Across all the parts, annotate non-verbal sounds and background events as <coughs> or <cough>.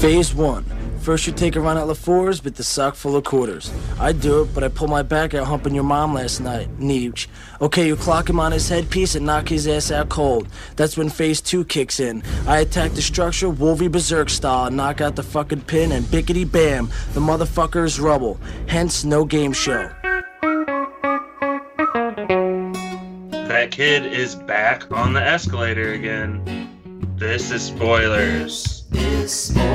Phase one. First, you take a run at LaFour's with the sock full of quarters. I do it, but I pull my back out humping your mom last night, Neech. Okay, you clock him on his headpiece and knock his ass out cold. That's when phase two kicks in. I attack the structure, Wolvie Berserk style, knock out the fucking pin, and bickety bam, the motherfucker is rubble. Hence, no game show. That kid is back on the escalator again. This is spoilers. Uh,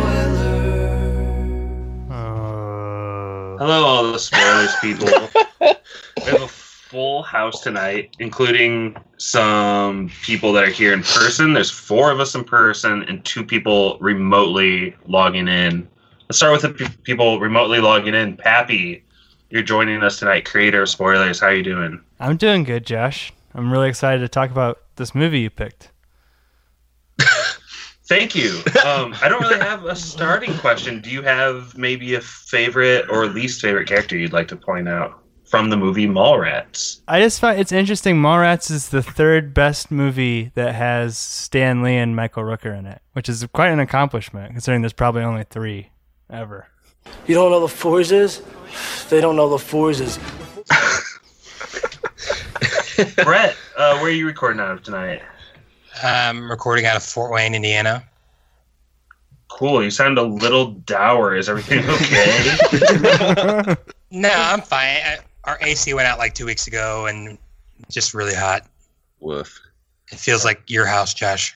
Hello, all the spoilers people. we have a full house tonight, including some people that are here in person. There's four of us in person and two people remotely logging in. Let's start with the pe- people remotely logging in. Pappy, you're joining us tonight, creator of spoilers. How you doing? I'm doing good, Josh. I'm really excited to talk about this movie you picked. Thank you. Um, I don't really have a starting question. Do you have maybe a favorite or least favorite character you'd like to point out from the movie Mallrats? I just find it's interesting. Mallrats is the third best movie that has Stan Lee and Michael Rooker in it, which is quite an accomplishment considering there's probably only three ever. You don't know LaFour's is? They don't know LaFour's is. Brett, uh, where are you recording out of tonight? I'm um, recording out of Fort Wayne, Indiana. Cool. You sound a little dour. Is <laughs> everything okay? No, I'm fine. I, our AC went out like two weeks ago, and it's just really hot. Woof. <laughs> It feels like your house, Josh.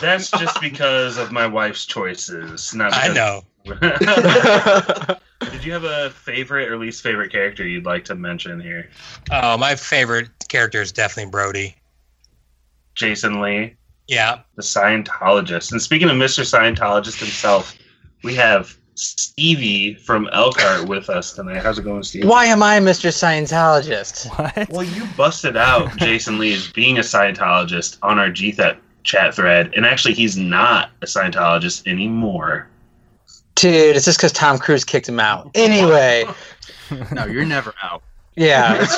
That's just because of my wife's choices. Not I <laughs> because know. <laughs> Did you have a favorite or least favorite character you'd like to mention here? Oh, my favorite character is definitely Brody. Jason Lee. Yeah, the Scientologist. And speaking of Mr. Scientologist himself, we have Stevie from Elkhart with us tonight. How's it going, Stevie? Why am I Mr. Scientologist? What? Well, you busted out Jason Lee as being a Scientologist on our GTHAT chat thread, and actually, he's not a Scientologist anymore. Dude, it's just because Tom Cruise kicked him out. Anyway, No, you're never out. yeah, it's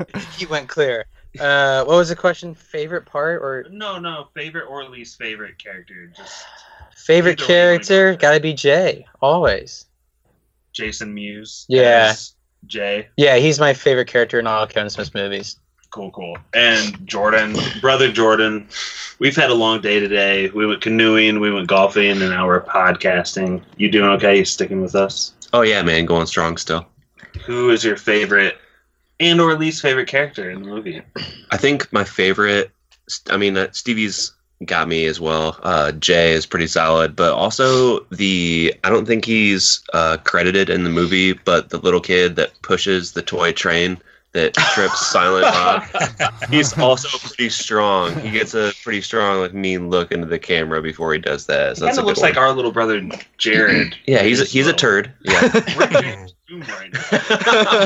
true. he went clear. Uh, what was the question? Favorite part or No, no, favorite or least favorite character? Just favorite Either way, character? like- Gotta be Jay, always. Jason Mewes. Yeah. as Jay. Yeah, he's my favorite character in all Kevin Smith's movies. Cool, cool. And Jordan, brother Jordan, we've had a long day today. We went canoeing, we went golfing, and now we're podcasting. You doing okay? You sticking with us? Oh yeah, man, going strong still. Who is your favorite and or least favorite character in the movie? I think my favorite. I mean, uh, Stevie's got me as well. Uh, Jay is pretty solid, but also the. I don't think he's uh, credited in the movie, but the little kid that pushes the toy train that trips Silent Bob. He's also pretty strong. He gets a pretty strong, like mean look into the camera before he does that. So kind that's a of good looks one. like our little brother Jared. yeah, he's a, he's a turd. Yeah. <laughs> We're doing Zoom right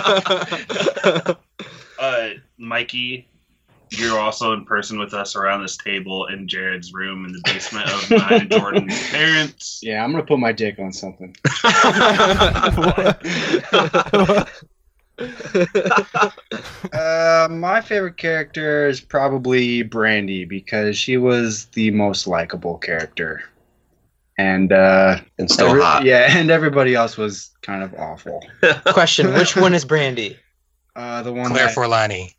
now. uh, Mikey, you're also in person with us around this table in Jared's room in the basement of mine and Jordan's <laughs> parents. Yeah, I'm gonna put my dick on something. Uh, my favorite character is probably Brandy because she was the most likable character, and uh, and still every- hot. Yeah, <laughs> and everybody else was kind of awful. Question: Which one is Brandy? Uh, the one Claire that, Forlani.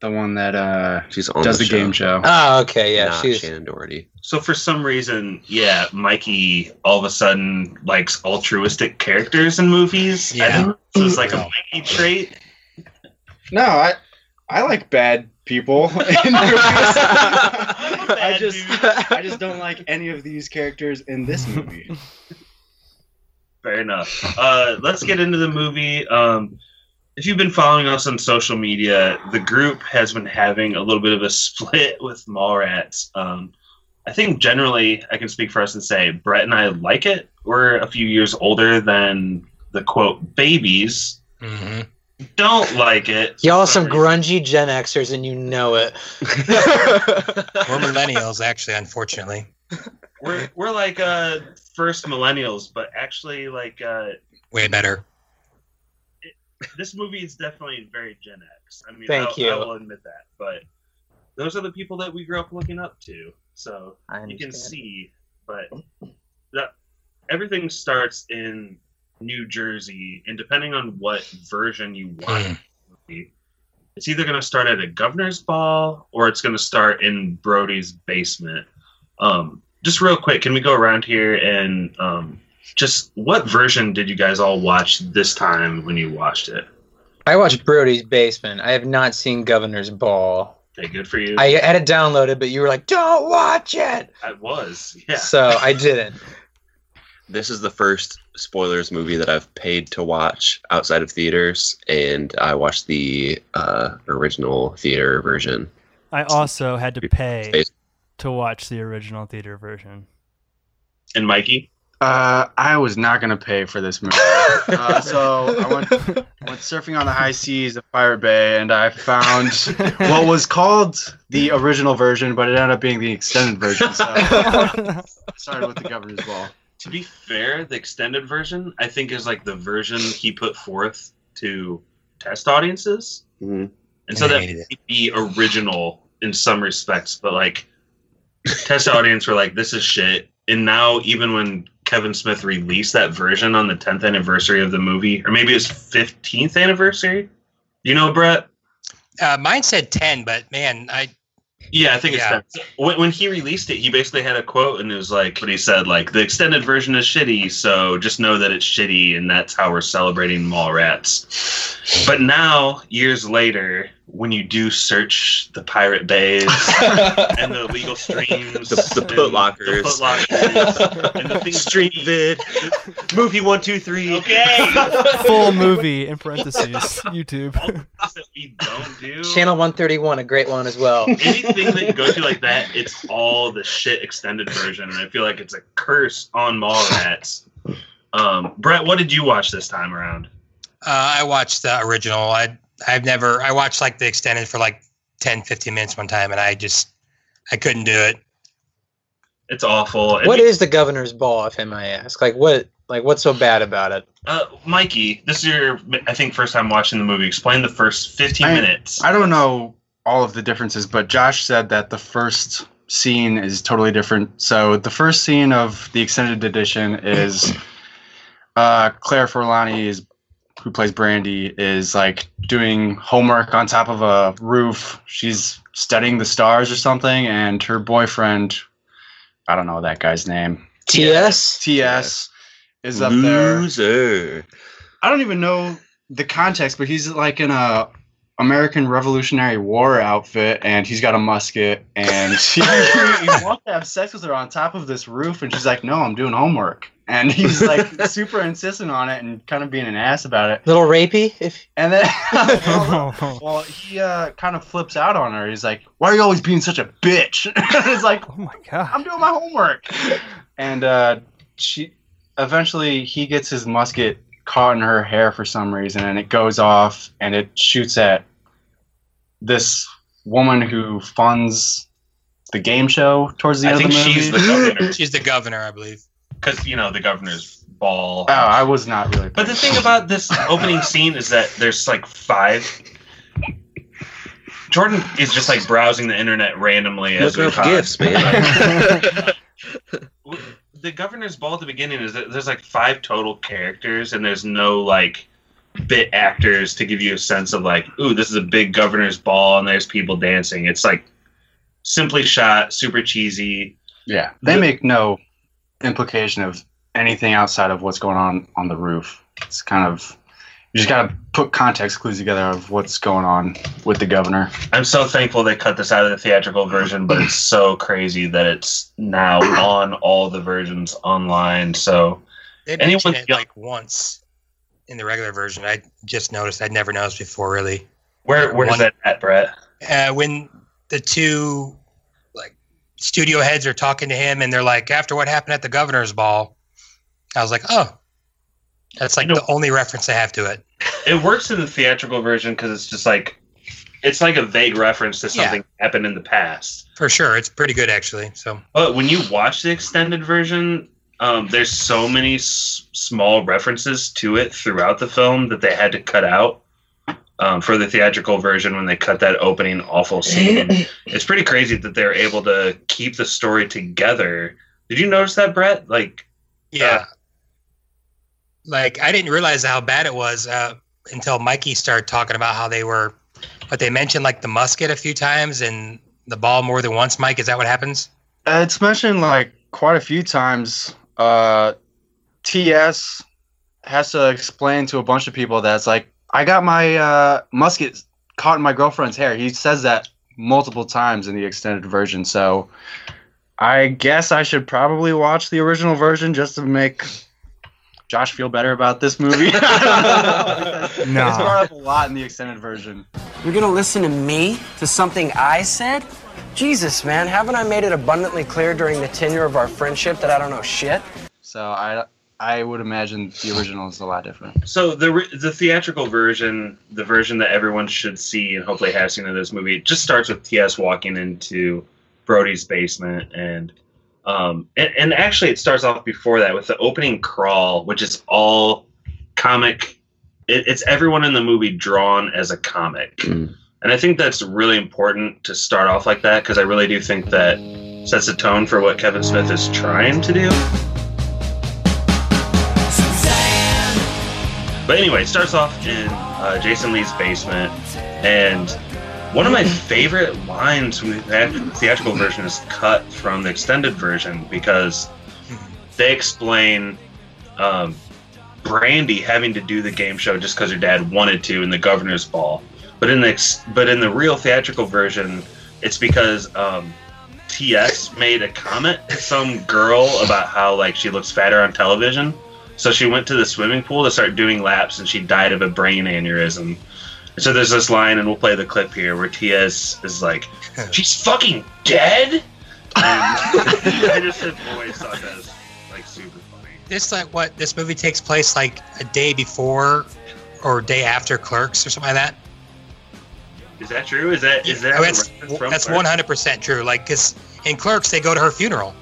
the one that uh She's on does the, the game show. <laughs> Oh, okay, yeah, Not she <laughs> was. Shannon Doherty. So for some reason, yeah, Mikey all of a sudden likes altruistic characters in movies. I Yeah. think this is like a Well. Mikey trait. No, I I like bad people. <laughs> <laughs> <laughs> I'm a bad I just dude. I just don't like any of these characters in this movie. Fair enough. Uh, let's get into the movie. Um, if you've been following us on social media, the group has been having a little bit of a <laughs> split with Mallrats. Um, I think generally, I can speak for us and say Brett and I like it. We're a few years older than the quote babies. <laughs> hmm Don't like it. <laughs> Y'all are For some reason. grungy Gen Xers, and you know it. <laughs> We're millennials, actually, unfortunately. we're we're like uh first millennials, but actually like uh Way better. this movie is definitely very Gen X. I mean, Thank I'll, you. I will admit that, but those are the people that we grew up looking up to. So I you can understand. see but that everything starts in New Jersey, and depending on what version you want, it's either going to start at a governor's ball or it's going to start in Brody's basement. Um, just real quick, can we go around here and um, just what version did you guys all watch this time when you watched it? I watched Brody's Basement. I have not seen Governor's Ball. Okay, good for you. I had it downloaded, but you were like, "Don't watch it." I was, yeah. So <laughs> I didn't. This is the first spoilers movie that I've paid to watch outside of theaters, and I watched the uh, original theater version. <laughs> I also had to pay to watch the original theater version. And Mikey? Uh, I was not gonna pay for this movie, uh, so I went, I went surfing on the high seas of Pirate Bay, and I found what was called the original version, but it ended up being the extended version. So I started with the governor's ball. To be fair, the extended version I think is like the version he put forth to test audiences, Mhm. and so I that hated it. might be original in some respects, but like test audience were like, "This is shit." And now, even when Kevin Smith released that version on the 10th anniversary of the movie, or maybe it's 15th anniversary, you know, Brett. Uh, mine said ten, but man, I Yeah, I think Yeah. it's that. When, when he released it, he basically had a quote, and it was like, but he said, like, the extended version is shitty, so just know that it's shitty, and that's how we're celebrating Mallrats. But now, years later, when you do search the pirate <laughs> bays and the illegal streams, The- the and Foot Lockers. the Foot Lockers, and the things street vid, Movie one, two, three. <laughs> okay, Full movie in parentheses YouTube. that we don't do. Channel 131, a great one <laughs> as well. anything that you go to like that, it's all the shit extended version, and I feel like it's a curse on Mallrats. Um, Brett, what did you watch this time around? uh, I watched the original. I I've never I watched like the extended for like 10, 15 minutes one time, and I just I couldn't do it. It's awful. And- What is the governor's ball, if I may ask? Like what? Like what's so bad about it? uh, Mikey? This is your, I think, first time watching the movie. Explain the first fifteen I- minutes. I don't know all of the differences, but Josh said that the first scene is totally different. So the first scene of the extended edition is uh, Claire Forlani is who plays Brandy is like doing homework on top of a roof. She's studying the stars or something, and her boyfriend, I don't know that guy's name, TS. TS, is up there. Loser. I don't even know the context, but he's like in a American Revolutionary War outfit, and he's got a musket, and he, he wants to have sex with her on top of this roof, and she's like, "No, I'm doing homework," and he's like super insistent on it and kind of being an ass about it, Little rapey. If and then. <laughs> <laughs> Well, he uh, kind of flips out on her. He's like, "Why are you always being such a bitch?" <laughs> it's like, Oh my god. I'm doing my homework. <laughs> And uh, she eventually he gets his musket caught in her hair for some reason, and it goes off and it shoots at this woman who funds the game show towards the I end think of the movie. she's the <laughs> governor She's the governor, I believe. because you know the governor's ball. oh, I was not really. But the thing about this opening scene is that there's like five. Jordan is just like browsing the internet randomly as Look we up talk. gifts, <laughs> man. the governor's ball at the beginning is that there's like five total characters and there's no like bit actors to give you a sense of like ooh this is a big governor's ball and there's people dancing it's like simply shot super cheesy yeah, they make no implication of anything outside of what's going on on the roof. It's kind of you just gotta put context clues together of what's going on with the governor. i'm so thankful they cut this out of the theatrical version but it's so crazy that it's now on all the versions online so They Anyone mentioned it feel- like once in the regular version. I just noticed. I'd never noticed before, really. where where's that at brett Uh, when the two like studio heads are talking to him, and they're like, "After what happened at the governor's ball," I was like, "Oh, that's like You know- the only reference I have to it." it works in the theatrical version because it's just like it's like a vague reference to something that happened in the past For sure, it's pretty good actually. So But when you watch the extended version, um, there's so many s- small references to it throughout the film that they had to cut out um, for the theatrical version when they cut that opening awful scene. it's pretty crazy that they're able to keep the story together Did you notice that, Brett? Like, Yeah. Uh, like I didn't realize how bad it was uh, until Mikey started talking about how they were, but they mentioned like the musket a few times and the ball more than once. Mike, is that what happens? Uh, It's mentioned like quite a few times. Uh, TS has to explain to a bunch of people that's like, I got my uh, musket caught in my girlfriend's hair. He says that multiple times in the extended version. So I guess I should probably watch the original version just to make Josh feel better about this movie. <laughs> It's No. brought up a lot in the extended version. You're gonna listen to me? To something I said? Jesus, man, haven't I made it abundantly clear during the tenure of our friendship that I don't know shit? So I, I would imagine the original is a lot different. so the re- the theatrical version, the version that everyone should see and hopefully have seen of this movie, it just starts with TS walking into Brody's basement and. Um, and, and actually, it starts off before that with the opening crawl, which is all comic. It, it's everyone in the movie drawn as a comic. Mm. And I think that's really important to start off like that because I really do think that sets a tone for what Kevin Smith is trying to do. But anyway, it starts off in uh, Jason Lee's basement, and one of my favorite lines from the theat- theatrical version is cut from the extended version because they explain um, Brandy having to do the game show just because her dad wanted to in the governor's ball. But in the ex- but in the real theatrical version, it's because um, TS made a comment to some girl about how like she looks fatter on television. So she went to the swimming pool to start doing laps, and she died of a brain aneurysm. So there's this line, and we'll play the clip here, where TS is <laughs> like, "She's fucking dead." And I just have always thought that was like super funny. This like what this movie takes place like a day before or day after Clerks or something like that. Is that true? Is that is that Oh, a that's reference from that's Clerks? one hundred percent true. Like because in Clerks they go to her funeral.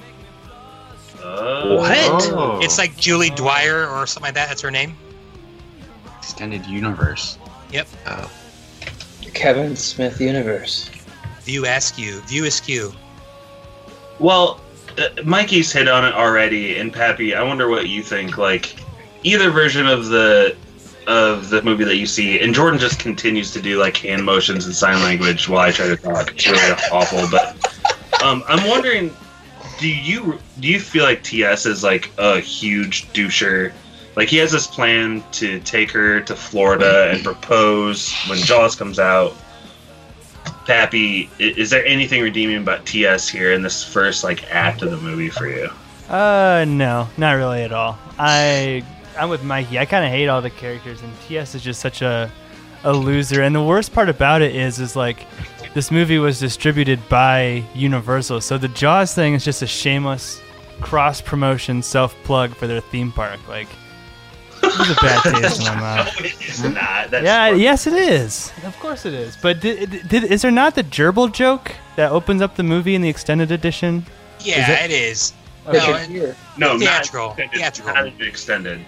Oh. What? Oh. It's like Julie Dwyer or something like that. That's her name. extended universe. Kevin Smith Universe. View askew. View askew. Well, uh, Mikey's hit on it already, and Pappy, I wonder what you think. Like, either version of the of the movie that you see, and Jordan just continues to do like hand motions and sign language while I try to talk. It's really <laughs> awful, but um, I'm wondering, do you do you feel like TS is like a huge doucher? Like he has this plan to take her to Florida and propose when Jaws comes out. Pappy, i- is there anything redeeming about TS here in this first like act of the movie for <laughs> you? Uh, no, not really at all. I I'm with Mikey. I kind of hate all the characters, and TS is just such a a loser. And the worst part about it is, is like this movie was distributed by Universal, so the Jaws thing is just a shameless cross promotion self plug for their theme park. Like, this is a <laughs> bad taste in my mouth. it's not. That's Hmm? Yeah, yes, it is. Of course it is. But did, did, is there not the gerbil joke that opens up the movie in the extended edition? Yeah, it- it is. Picture No, it- here. No, Theatrical. Not extended. Theatrical. Not extended.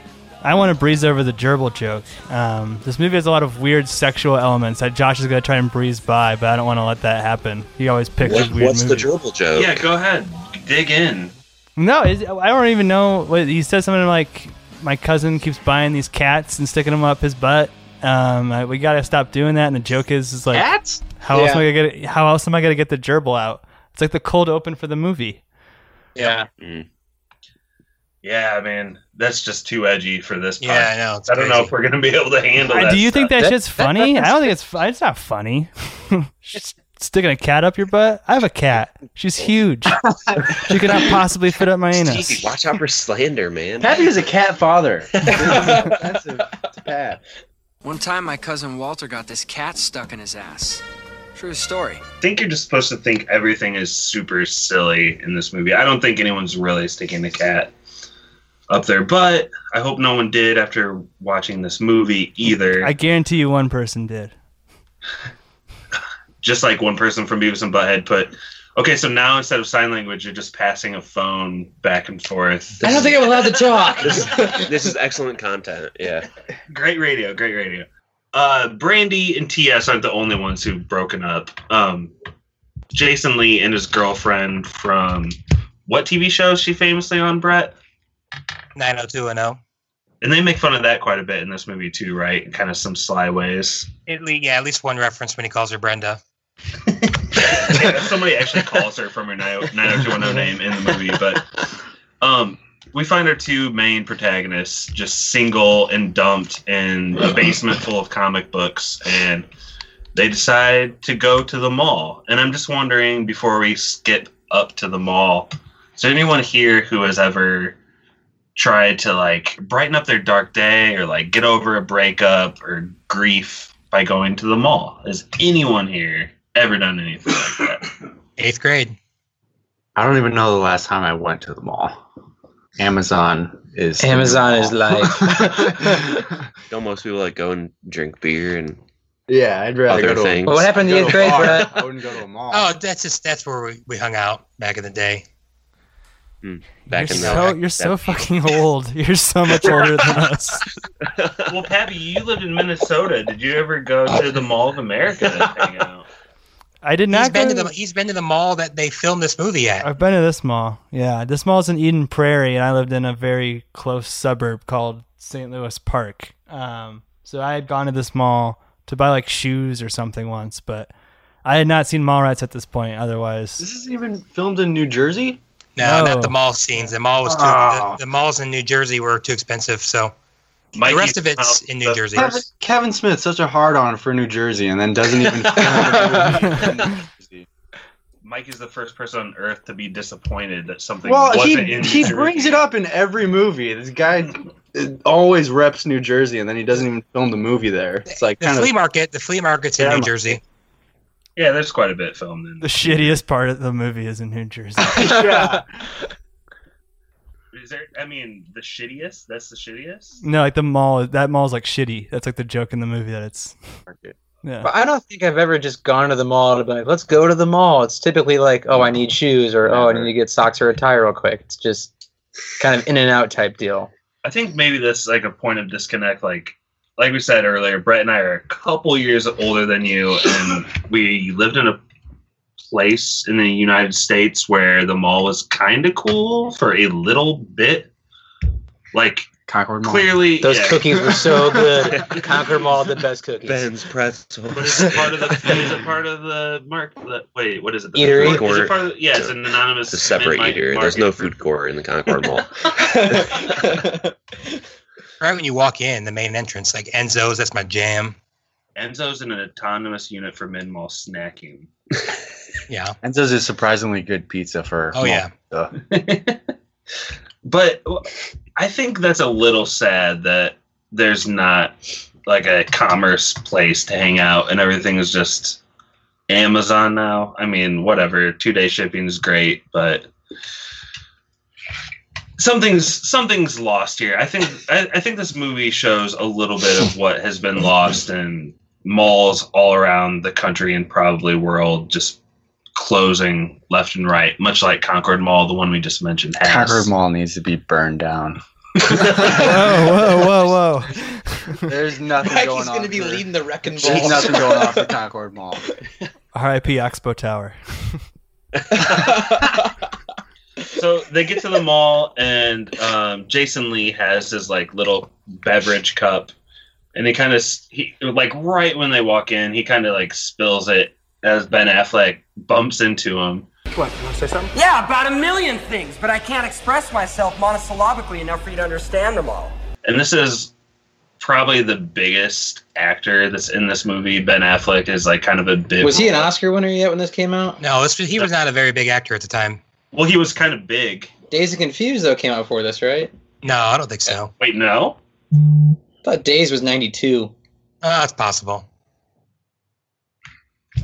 I want to breeze over the gerbil joke. Um, this movie has a lot of weird sexual elements that Josh is going to try and breeze by, but I don't want to let that happen. He always picks What, weird what's the movies. gerbil joke? Yeah, go ahead. Dig in. No, is, I don't even know. What, he says something like, "My cousin keeps buying these cats and sticking them up his butt." Um, I- we gotta stop doing that. And the joke is, is like, Cats? how else am I Yeah. gonna get? How else am I gonna get the gerbil out? It's like the cold open for the movie. Yeah. Yeah, man, that's just too edgy for this. Yeah, I Yeah, know. It's I don't know crazy. if we're gonna be able to handle Uh, that. do you think stuff. that, <laughs> shit's funny? I don't think it's. fu- It's not funny. <laughs> Just sticking a cat up your butt. I have a cat. She's huge. she could not possibly fit up my Stevie, anus. watch out for slander, man. Pappy is a cat father. That's a Pat. One time, my cousin Walter got this cat stuck in his ass. True story. I think you're just supposed to think everything is super silly in this movie. I don't think anyone's really sticking the cat up there, but I hope no one did after watching this movie either. I guarantee you, one person did. just like one person from Beavis and Butthead put. Okay, so now instead of sign language, you're just passing a phone back and forth. I don't think I'm allowed to <laughs> talk. This, this is excellent content. Yeah. great radio, great radio. Uh, Brandy and TS aren't the only ones who've broken up. Um, Jason Lee and his girlfriend from what TV show is she famously on, Brett? 90210. And they make fun of that quite a bit in this movie too, right? In kind of some sly ways. At least, yeah, at least one reference when he calls her Brenda. Yeah, somebody actually calls her from her oh, 90- 90210 name in the movie, but um, we find our two main protagonists just single and dumped in a basement full of comic books, and they decide to go to the mall. And I'm just wondering before we skip up to the mall, is there anyone here who has ever tried to like brighten up their dark day or like get over a breakup or grief by going to the mall? Has anyone here ever done anything like that? Eighth grade. <laughs> I don't even know the last time I went to the mall. Amazon is the Amazon mall. is life. <laughs> <laughs> Don't most people like go and drink beer and yeah, I'd rather other go to a- things? Well, what happened in Go the to a eighth grade, bar. Brett? <laughs> I wouldn't go to a mall. Oh, that's just that's where we, we hung out back in the day. back you're in so, the you're so fucking old. You're so much older than us. well, Pappy, you lived in Minnesota. Did you ever go to the Mall of America to hang out? I did He's not Uh, been go to the he's been to the mall that they filmed this movie at. I've been to this mall. Yeah, this mall's in Eden Prairie, and I lived in a very close suburb called St. Louis Park. Um, so I had gone to this mall to buy like shoes or something once, but I had not seen mall rats at this point. Otherwise, This is even filmed in New Jersey. No, No. not the mall scenes. The mall was too, Oh. the, the malls in New Jersey were too expensive. So Mikey <laughs> the rest of it's found in the- New Jersey. Kevin, Kevin Smith, such a hard on for New Jersey, and then doesn't <laughs> even. film in New Jersey. Mike is the first person on Earth to be disappointed that something well, wasn't he in New he Jersey. brings it up in every movie. This guy uh, always reps New Jersey, and then he doesn't even film the movie there. It's like The kind <laughs> flea of market, the flea market's in Yeah, New I'm- Jersey. Yeah, there's quite a bit filmed the in. shittiest part of the movie is in <laughs> New Jersey. yeah. Is there? I mean, the shittiest. That's the shittiest. no, like the mall. That mall's like shitty. That's like the joke in the movie that it's. Yeah. But I don't think I've ever just gone to the mall to be like, let's go to the mall. It's typically like, oh, I need shoes or oh, I need to get socks or a tie real quick. It's just kind of in and out type deal. I think maybe that's like a point of disconnect. Like, like we said earlier, Brett and I are a couple years older than you, and we lived in a place in the United States where the mall was kind of cool for a little bit. Like, Concord Mall. clearly, Hmm. Those yeah. cookies were so good. Conquer Mall, the best cookies. Ben's <laughs> pretzels. But is it part of the? is it part of the mark? The, wait, what is it? The Eatery? food court? Is it part of the, yeah, it's an anonymous. It's a separate midnight eater. There's no market. food court in the <laughs> Concord Mall. Right when you walk in, the main entrance, like Enzo's, that's my jam. Enzo's in an autonomous unit for mid mall snacking. Yeah. Enzo's is surprisingly good pizza for. Oh yeah. but I think that's a little sad that there's not like a commerce place to hang out and everything is just Amazon now. I mean, whatever, two day shipping is great, but something's something's lost here. I think I, I think this movie shows a little bit of what has been lost in malls all around the country and probably world just closing left and right, much like Concord Mall, the one we just mentioned. has. Concord Mall needs to be burned <laughs> down. <laughs> whoa, whoa, whoa, whoa! There's nothing going on. for- the wrecking There's nothing going on for Concord Mall. R.I.P. Oxbow Tower. so they get to the mall and um, jason lee has his like little beverage cup and they kind of he like right when they walk in he kind of like spills it as ben affleck bumps into him Yeah, about a million things, but I can't express myself monosyllabically enough for you to understand them all. and this is probably the biggest actor that's in this movie ben affleck is like kind of a bit Was he an Oscar winner yet when this came out? No, this was, he was not a very big actor at the time. well he was kind of big Days of Confused though came out before this, right? No, I don't think so. wait no I thought Days was ninety two. Uh, that's possible.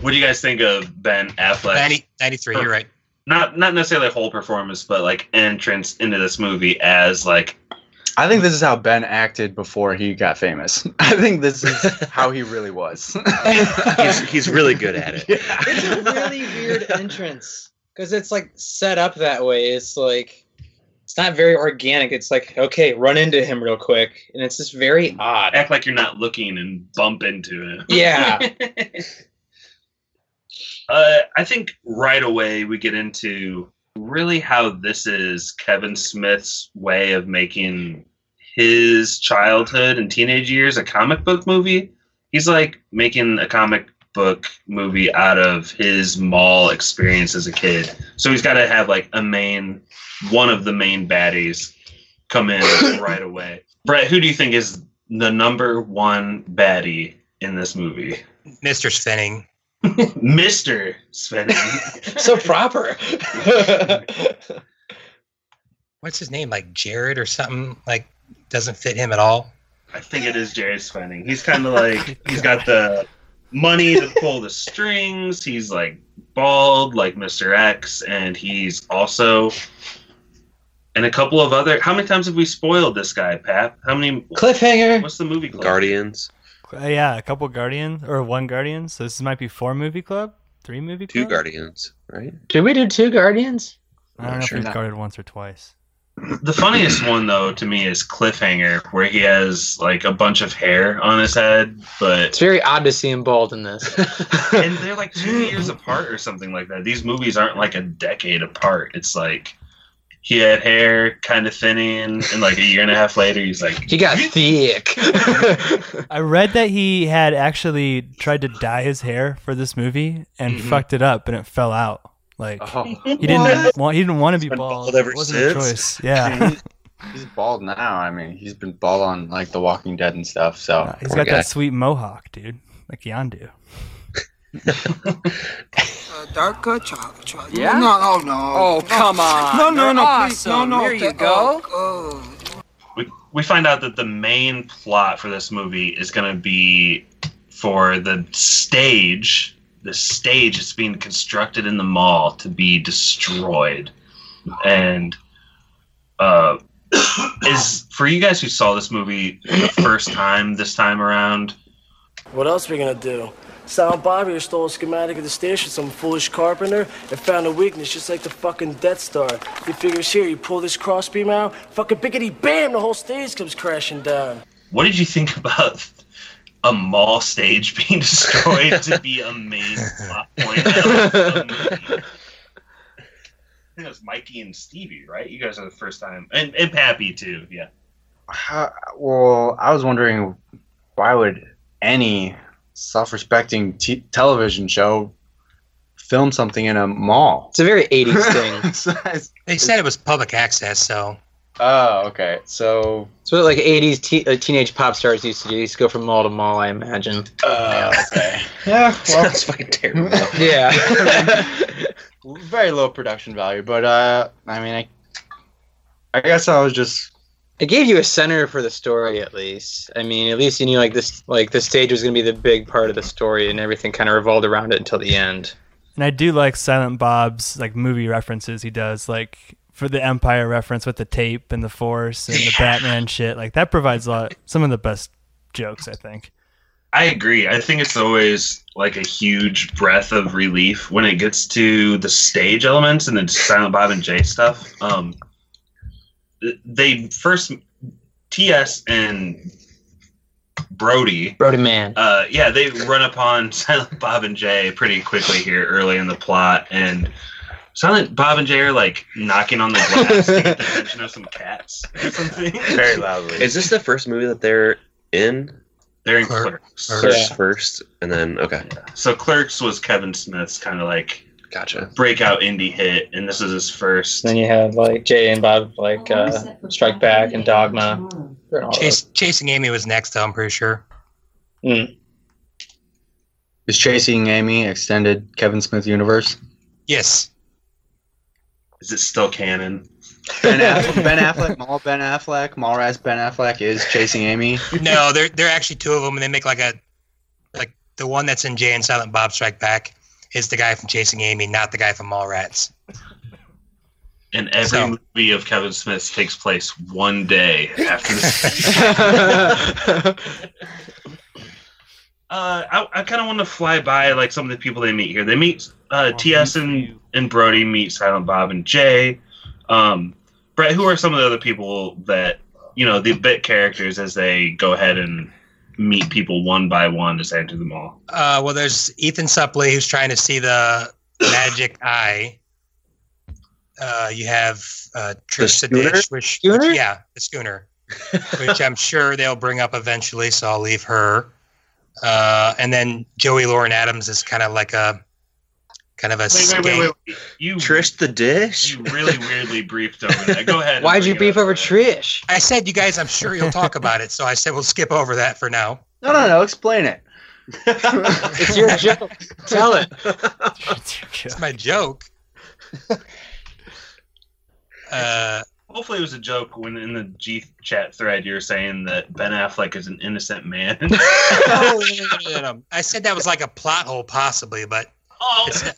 what do you guys think of ben affleck 90, 93, you're right. not not necessarily whole performance but like entrance into this movie as like I think this is how Ben acted before he got famous. <laughs> I think this is how he really was. <laughs> he's, he's really good at it. It's a really weird entrance because it's like set up that way. It's like it's not very organic. It's like okay, run into him real quick, and it's just <laughs> very odd. act like you're not looking and bump into it. Yeah, Uh, I think right away we get into really how this is Kevin Smith's way of making his childhood and teenage years a comic book movie. He's like making a comic book movie out of his mall experience as a kid. So he's got to have like a main, one of the main baddies come in right away. Brett, who do you think is the number one baddie in this movie? Mr. Spinning. Mr. Spinning. so proper. What's his name? Like Jared or something? Like doesn't fit him at all. I think it is Jared Spinning. He's kind of like, he's got the money to pull the strings. He's like bald, like Mr. X, and he's also and a couple of other. How many times have we spoiled this guy, Pap? How many <laughs> cliffhanger? What's the movie club? <laughs> Guardians. Uh, yeah, a couple Guardians or one Guardian. So this might be four movie club, three movie Two club. Uh-huh. Guardians, right? Did we do two Guardians? I don't I'm know sure if we've not. guarded once or twice. The funniest one though to me is Cliffhanger, where he has like a bunch of hair on his head, It's but very odd to see him bald in <laughs> this. and they're like two years apart or something like that. These movies aren't like a decade apart. It's like he had hair kind of thinning, and like a year and a half later, he's like he got thick. I read that he had actually tried to dye his hair for this movie and Mm-hmm. fucked it up, and it fell out. Like Oh, <laughs> he didn't want he didn't want to be bald. bald ever it wasn't a since. choice. <laughs> Yeah, he's bald now. I mean, he's been bald on like The Walking Dead and stuff. So he's Oh, poor got guy. that sweet mohawk, dude. Like Yondu. Uh, dark good chocolate. chocolate. Yeah? No, no, no. Oh, come on. No, no, They're no, please, no, awesome. no. Here you th- go. Oh, oh. we, we find out that the main plot for this movie is going to be for the stage the stage that's being constructed in the mall to be destroyed and uh, <coughs> is for you guys who saw this movie the first time this time around What else we gonna do? Silent Bobby stole a schematic of the station, some foolish carpenter, and found a weakness just like the fucking Death Star. He figures here, you pull this crossbeam out, fucking biggity bam, the whole stage comes crashing down. what did you think <laughs> about a mall stage being destroyed to be a main plot point of the movie? I think it was Mikey and Stevie, right? You guys are the first time, and and Pappy too. Yeah, How, well, I was wondering why would any self-respecting t- television show film something in a mall? it's a very 80s <laughs> thing. So it's- <laughs> They said it was public access, so oh, okay. So It's what like 80s te- uh, teenage pop stars used to do. They used to go from mall to mall, I imagine. uh, okay. Yeah. <laughs> Well, Sounds fucking terrible. <laughs> Yeah. very low production value, but uh, I mean, I, I guess I was just it gave you a center for the story, at least. I mean, at least you knew like this, like the stage was going to be the big part of the story, and everything kind of revolved around it until the end. And I do like Silent Bob's like movie references he does, like for the Empire reference with the tape and the Force <laughs> and the Batman shit. Like that provides a lot, some of the best jokes <laughs> I think. I agree. I think it's always like a huge breath of relief when it gets to the stage elements and the Silent Bob and Jay stuff. Um, th- they first TS and Brody Brody Man. uh, yeah, they run upon <laughs> Silent Bob and Jay pretty quickly here early in the plot, and Silent Bob and Jay are like knocking on the glass to get the attention of some cats or something. very loudly. Is this the first movie that they're in? They're in Clerk. Clerks. First, first, and then okay, So Clerks was Kevin Smith's kind of like gotcha. breakout indie hit, and this is his first. Then you have like Jay and Bob, like uh, Strike Back and Dogma. and all Chase, Chasing Amy was next, though, I'm pretty sure. is chasing Amy extended Kevin Smith universe. Yes. Is it still canon? Ben Affleck, ben Affleck, Mall Ben Affleck, Mallrats Ben Affleck is chasing <laughs> Amy. No, there, there are actually two of them, and they make like a, like the one that's in Jay and Silent Bob Strike Back is the guy from Chasing Amy, not the guy from Mallrats. And every So- movie of Kevin Smith's takes place one day after this. that. Uh, I, I kind of want to fly by like some of the people they meet here. They meet uh, TS and, and Brody meet Silent Bob and Jay. Um, Brett, who are some of the other people that you know the bit characters as they go ahead and meet people one by one as they enter the mall? Uh, <coughs> well, there's Ethan Suplee who's trying to see the magic eye. uh, you have uh, The Trish schooner? Sadich, which, which- yeah, <laughs> the schooner, which I'm sure they'll bring up eventually. So I'll leave her, uh, and then Joey Lauren Adams is kind of like a kind of a Wait, wait, wait, skank. wait, wait. You Trish the dish. You really weirdly briefed over that. Go ahead. Why'd you beef over <laughs> Trish? I said you guys. I'm sure you'll talk about it. So I said we'll skip over that for now. No, no, no. Explain it. it's your joke. Tell it. it's <laughs> my joke. Uh, Hopefully, it was a joke when in the G chat thread you were saying that Ben Affleck is an innocent man. <laughs> no, no, no, no, no. I said that was like a plot hole, possibly, but Oh, it's-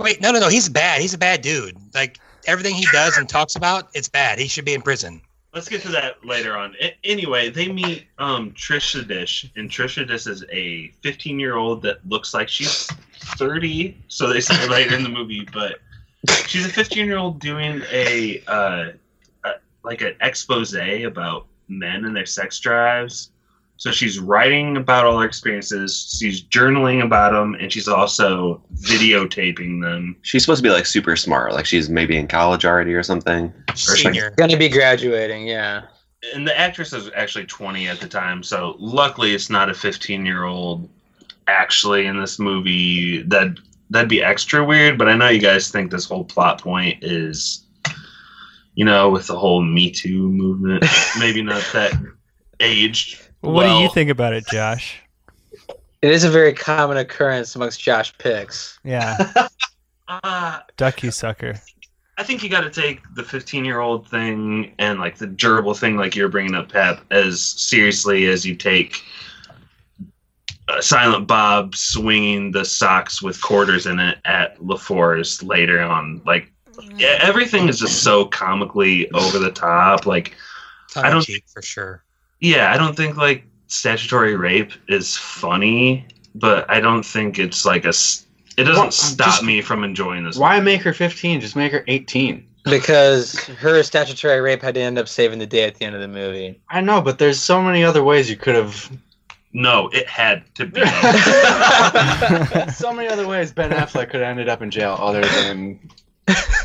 wait, no, no, no. He's bad. He's a bad dude. Like everything he does and talks about, it's bad. He should be in prison. Let's get to that later on. A- anyway, they meet um, Trisha Dish, and Trisha Dish is a 15 year old that looks like she's 30. So they say later in the movie, but she's a 15 year old doing a, uh, a like an expose about men and their sex drives. So she's writing about all her experiences. She's journaling about them, and she's also videotaping them. She's supposed to be like super smart, like she's maybe in college already or something. Or something. Gonna be graduating, yeah. and the actress is actually 20 at the time so luckily it's not a 15 year old actually in this movie that that'd be extra weird but i know you guys think this whole plot point is you know with the whole me too movement maybe not that aged What do well. you think about it, Josh? It is a very common occurrence amongst Josh picks. Yeah, uh, duck you sucker. I think you got to take the 15 year old thing and like the gerbil thing, like you're bringing up, Pep, as seriously as you take uh, Silent Bob swinging the socks with quarters in it at LaFour's later on. Like, yeah, everything is just so comically over the top. Like, Tongue I in don't, cheek for sure. yeah, I don't think like statutory rape is funny, but I don't think it's like a, s- it doesn't Well, stop me from enjoying this. Why make her 15? Just make her 18. Because her statutory rape had to end up saving the day at the end of the <laughs> movie. I know, but there's so many other ways you could have. No, it had to be. so many other ways Ben Affleck could have ended up in jail other than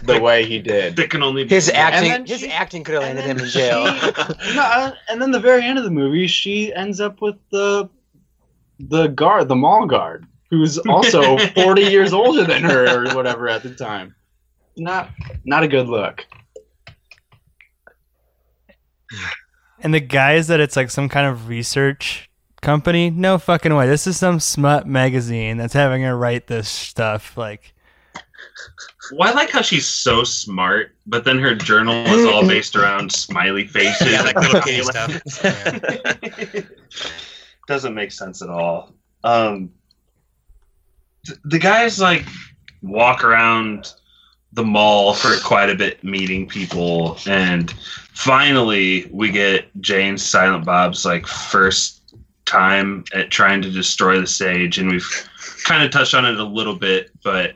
the way he did. That can only His And acting, then his acting could have landed him in she- jail. no, I- and then the very end of the movie, she ends up with the the guard, the mall guard, who's also 40 years older than her or whatever at the time. Not not a good look. And the guys that it's like some kind of research company? No fucking way. This is some smut magazine that's having her write this stuff. Like, Well, I like how she's so smart, but then her journal is all based around smiley faces. Yeah, <laughs> like little kitty stuff. Doesn't make sense at all. Um, th- the guys like walk around the mall for quite a bit, meeting people, and finally we get Jane Silent Bob's like first time at trying to destroy the stage, and we've kind of touched on it a little bit, but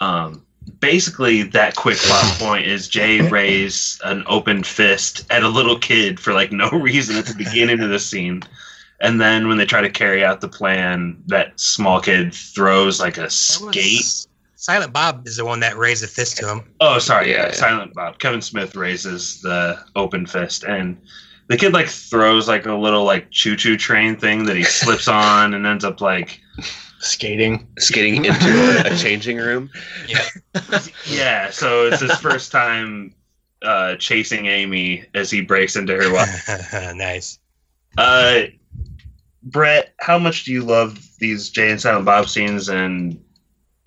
um, basically that quick plot point is Jay raised an open fist at a little kid for like no <laughs> reason at the beginning of the scene. And then when they try to carry out the plan, that small kid throws like a skate. Silent Bob is the one that raised a fist to him. Oh, sorry, yeah, Yeah, yeah. Silent Bob. Kevin Smith raises the open fist, and the kid like throws like a little like choo-choo train thing that he slips on and ends up like Skating. Skating into a, a changing room. Yeah, so it's his first time uh, chasing Amy as he breaks into her <laughs> life. nice. Uh, Brett, how much do you love these Jay and Silent Bob scenes? And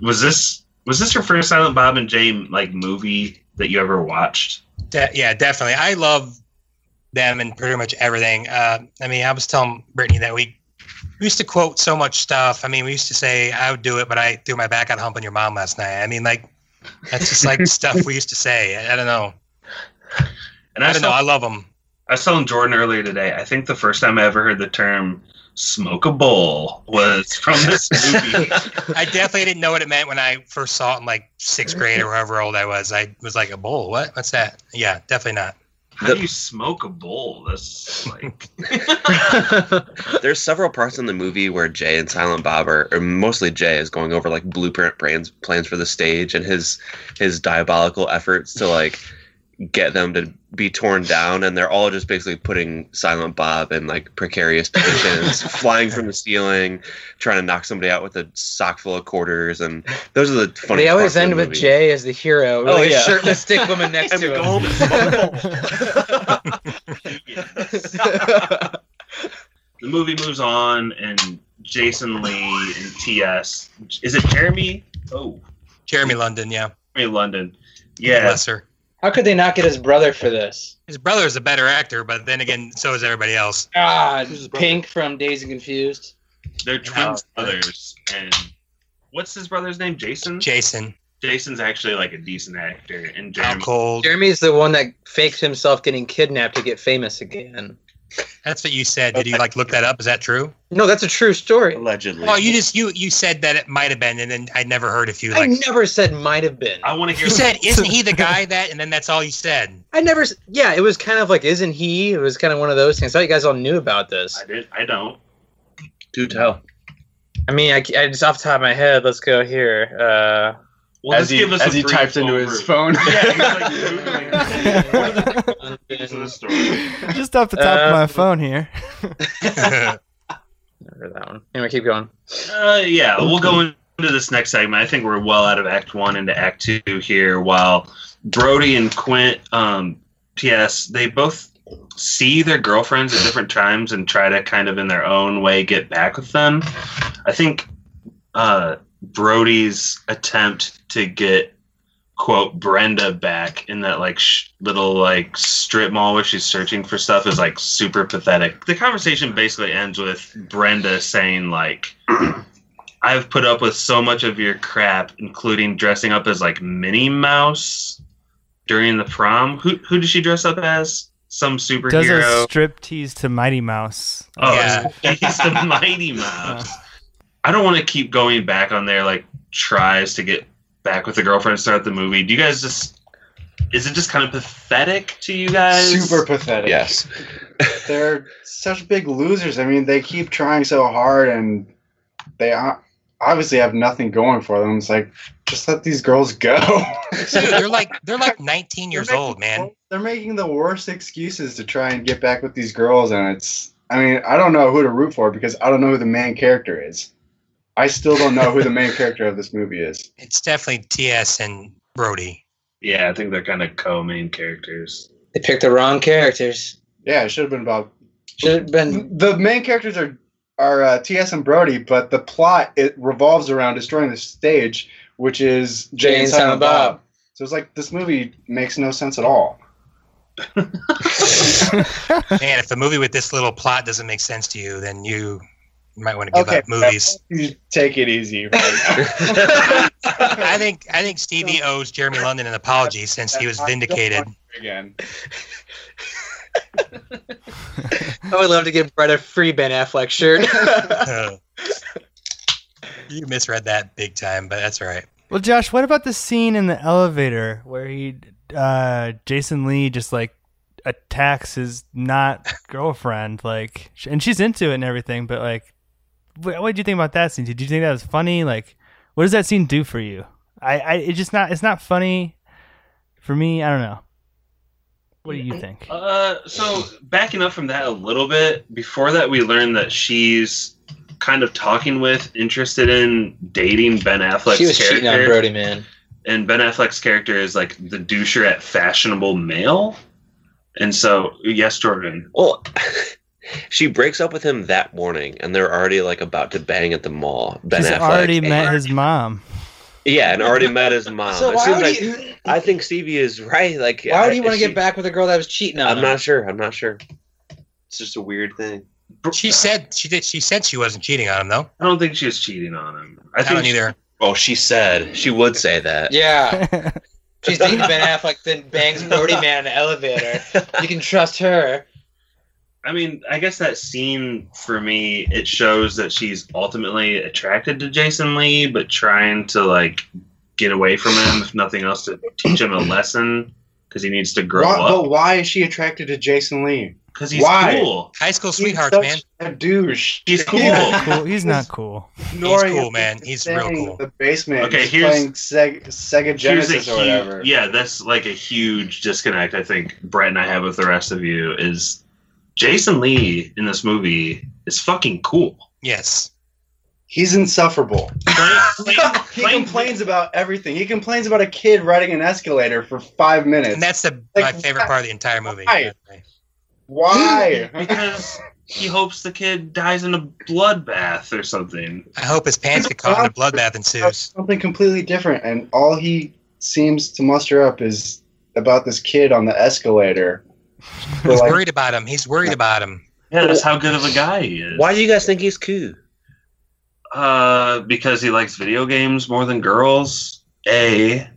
was this was this your first Silent Bob and Jay like movie that you ever watched? De- yeah, definitely. I love them and pretty much everything. Uh, I mean, I was telling Brittany that we, we used to quote so much stuff. I mean, we used to say, I would do it, but I threw my back out humping your mom last night. I mean, like, that's just like stuff we used to say. I, I don't know. And I don't know. I love them. I was telling Jordan earlier today. I think the first time I ever heard the term "smoke a bowl" was from this <laughs> movie. I definitely didn't know what it meant when I first saw it in like sixth grade or however old I was. I was like, a bowl? What? What's that? Yeah, definitely not. How do you smoke a bowl? That's like There's several parts in the movie where Jay and Silent Bob are, or mostly Jay, is going over like blueprint plans plans for the stage and his his diabolical efforts to like get them to be torn down, and they're all just basically putting Silent Bob in like precarious positions, flying from the ceiling, trying to knock somebody out with a sock full of quarters, and those are the funny. they always parts of end the with movie. Jay as the hero. with Oh, like a yeah. shirtless <laughs> stick woman <laughs> next to <laughs> him. <laughs> the movie moves on, and Jason Lee and T.S. Is it Jeremy? Oh, Jeremy London. Yeah, Jeremy London. Yeah, lesser. How could they not get his brother for this? His brother is a better actor, but then again, so is everybody else. Ah, Pink from Days and Confused. They're twins brothers, and what's his brother's name? Jason. Jason. Jason's actually like a decent actor, and Jeremy. Cold. Jeremy's the one that faked himself getting kidnapped to get famous again. That's what you said. Did you like look that up? Is that true? No, that's a true story. Allegedly. Well, you just you you said that it might have been, and then I never heard if you I like. never said might have been. I want to You said, "Isn't he the guy that?" And then that's all you said. I never. s- Yeah, it was kind of like, isn't he? It was kind of one of those things. I thought you guys all knew about this. I did. I don't. Do tell. I mean, I, I just off the top of my head. Let's go here. Uh, <laughs> Well, as he, as he typed into his phone. <laughs> <laughs> Just off the top of my phone here. that one. Anyway, keep going. Uh, yeah, we'll go into this next segment. I think we're well out of Act One into Act Two here. While Brody and Quint, um, P.S. They both see their girlfriends at different times and try to kind of in their own way get back with them. I think uh, Brody's attempt to get quote Brenda back in that like sh- little like strip mall where she's searching for stuff is like super pathetic. The conversation basically ends with Brenda saying like <clears throat> I've put up with so much of your crap including dressing up as like Minnie Mouse during the prom. Who who did she dress up as? Some superhero. Does a strip tease to Mighty Mouse. Oh, he's the <laughs> Mighty Mouse. I don't want to keep going back on their like tries to get back with the girlfriend throughout the movie. Do you guys just? Is it just kind of pathetic to you guys? Super pathetic. Yes. They're such big losers. I mean, they keep trying so hard, and they o- obviously have nothing going for them. It's like just let these girls go. Dude, they're like they're like 19 years old, man. They're making the worst excuses to try and get back with these girls, and it's. I mean, I don't know who to root for because I don't know who the main character is. I still don't know who the main character of this movie is. It's definitely T.S. and Brody. Yeah, I think they're kind of co-main characters. They picked the wrong characters. Yeah, it should have been about Should have been. the main characters are are uh, T.S. and Brody, but the plot it revolves around destroying the stage, which is Jay, and Silent Bob. So it's like this movie makes no sense at all. Man, if the movie with this little plot doesn't make sense to you, then you might want to give up <laughs> movies. You take it easy. I think I think Stevie owes Jeremy London an apology since <laughs> he was vindicated. <laughs> Again, I would love to give Brett a free Ben <laughs> Affleck shirt. you misread that big time, but that's all right. Well, Josh, what about the scene in the elevator where he, uh, Jason Lee, just like attacks his not girlfriend, like, sh- and she's into it and everything, but like, wh- what did you think about that scene? Did you think that was funny? Like, what does that scene do for you? I, I, it's just not, it's not funny for me. I don't know. What do you think? Uh, so backing up from that a little bit, before that we learned that she's kind of talking with, interested in dating Ben Affleck's she was character. cheating on Brody, man. and Ben Affleck's character is like the doucher at fashionable male. And so, yes, Jordan. Well, <laughs> she breaks up with him that morning, and they're already like about to bang at the mall. Ben He's Affleck. already met his mom. Yeah, and already met his mom. So Um, It why seems would like- you? I think Stevie is right. Like, Why I- would you want to she- get back with a girl that was cheating on I'm him? not sure. I'm not sure. It's just a weird thing. She said she did. She said she wasn't cheating on him though. I don't think she was cheating on him. I, I, think don't either. Oh, she said she would say that. Yeah. She's dating Ben Affleck, then bangs Brody Man in an elevator. You can trust her. I mean, I guess that scene for me it shows that she's ultimately attracted to Jason Lee, but trying to like get away from him, if nothing else, to teach him a lesson, because he needs to grow why, up. But why is she attracted to Jason Lee? 'Cause he's why? cool. High school He's sweethearts, such man. A douche. She's cool. cool. <laughs> He's not cool. He's cool, man. He's real playing cool. The basement. Okay, He's here's- playing Seg- Sega Here's Genesis a or whatever. huge, yeah, that's like a huge disconnect. I think Brett and I have with the rest of you is Jason Lee in this movie is fucking cool. <laughs> Yes. He's insufferable. he complains about everything. He complains about a kid riding an escalator for five minutes. And that's the Like, my favorite part of the entire movie. why? Why? <laughs> because he hopes the kid dies in a bloodbath or something. I hope his pants get caught in a bloodbath <laughs> ensues. Something completely different, and all he seems to muster up is about this kid on the escalator. For He's like, worried about him. He's worried about him. Yeah, that's how good of a guy he is. Why do you guys think he's cool? Uh, because he likes video games more than girls. A,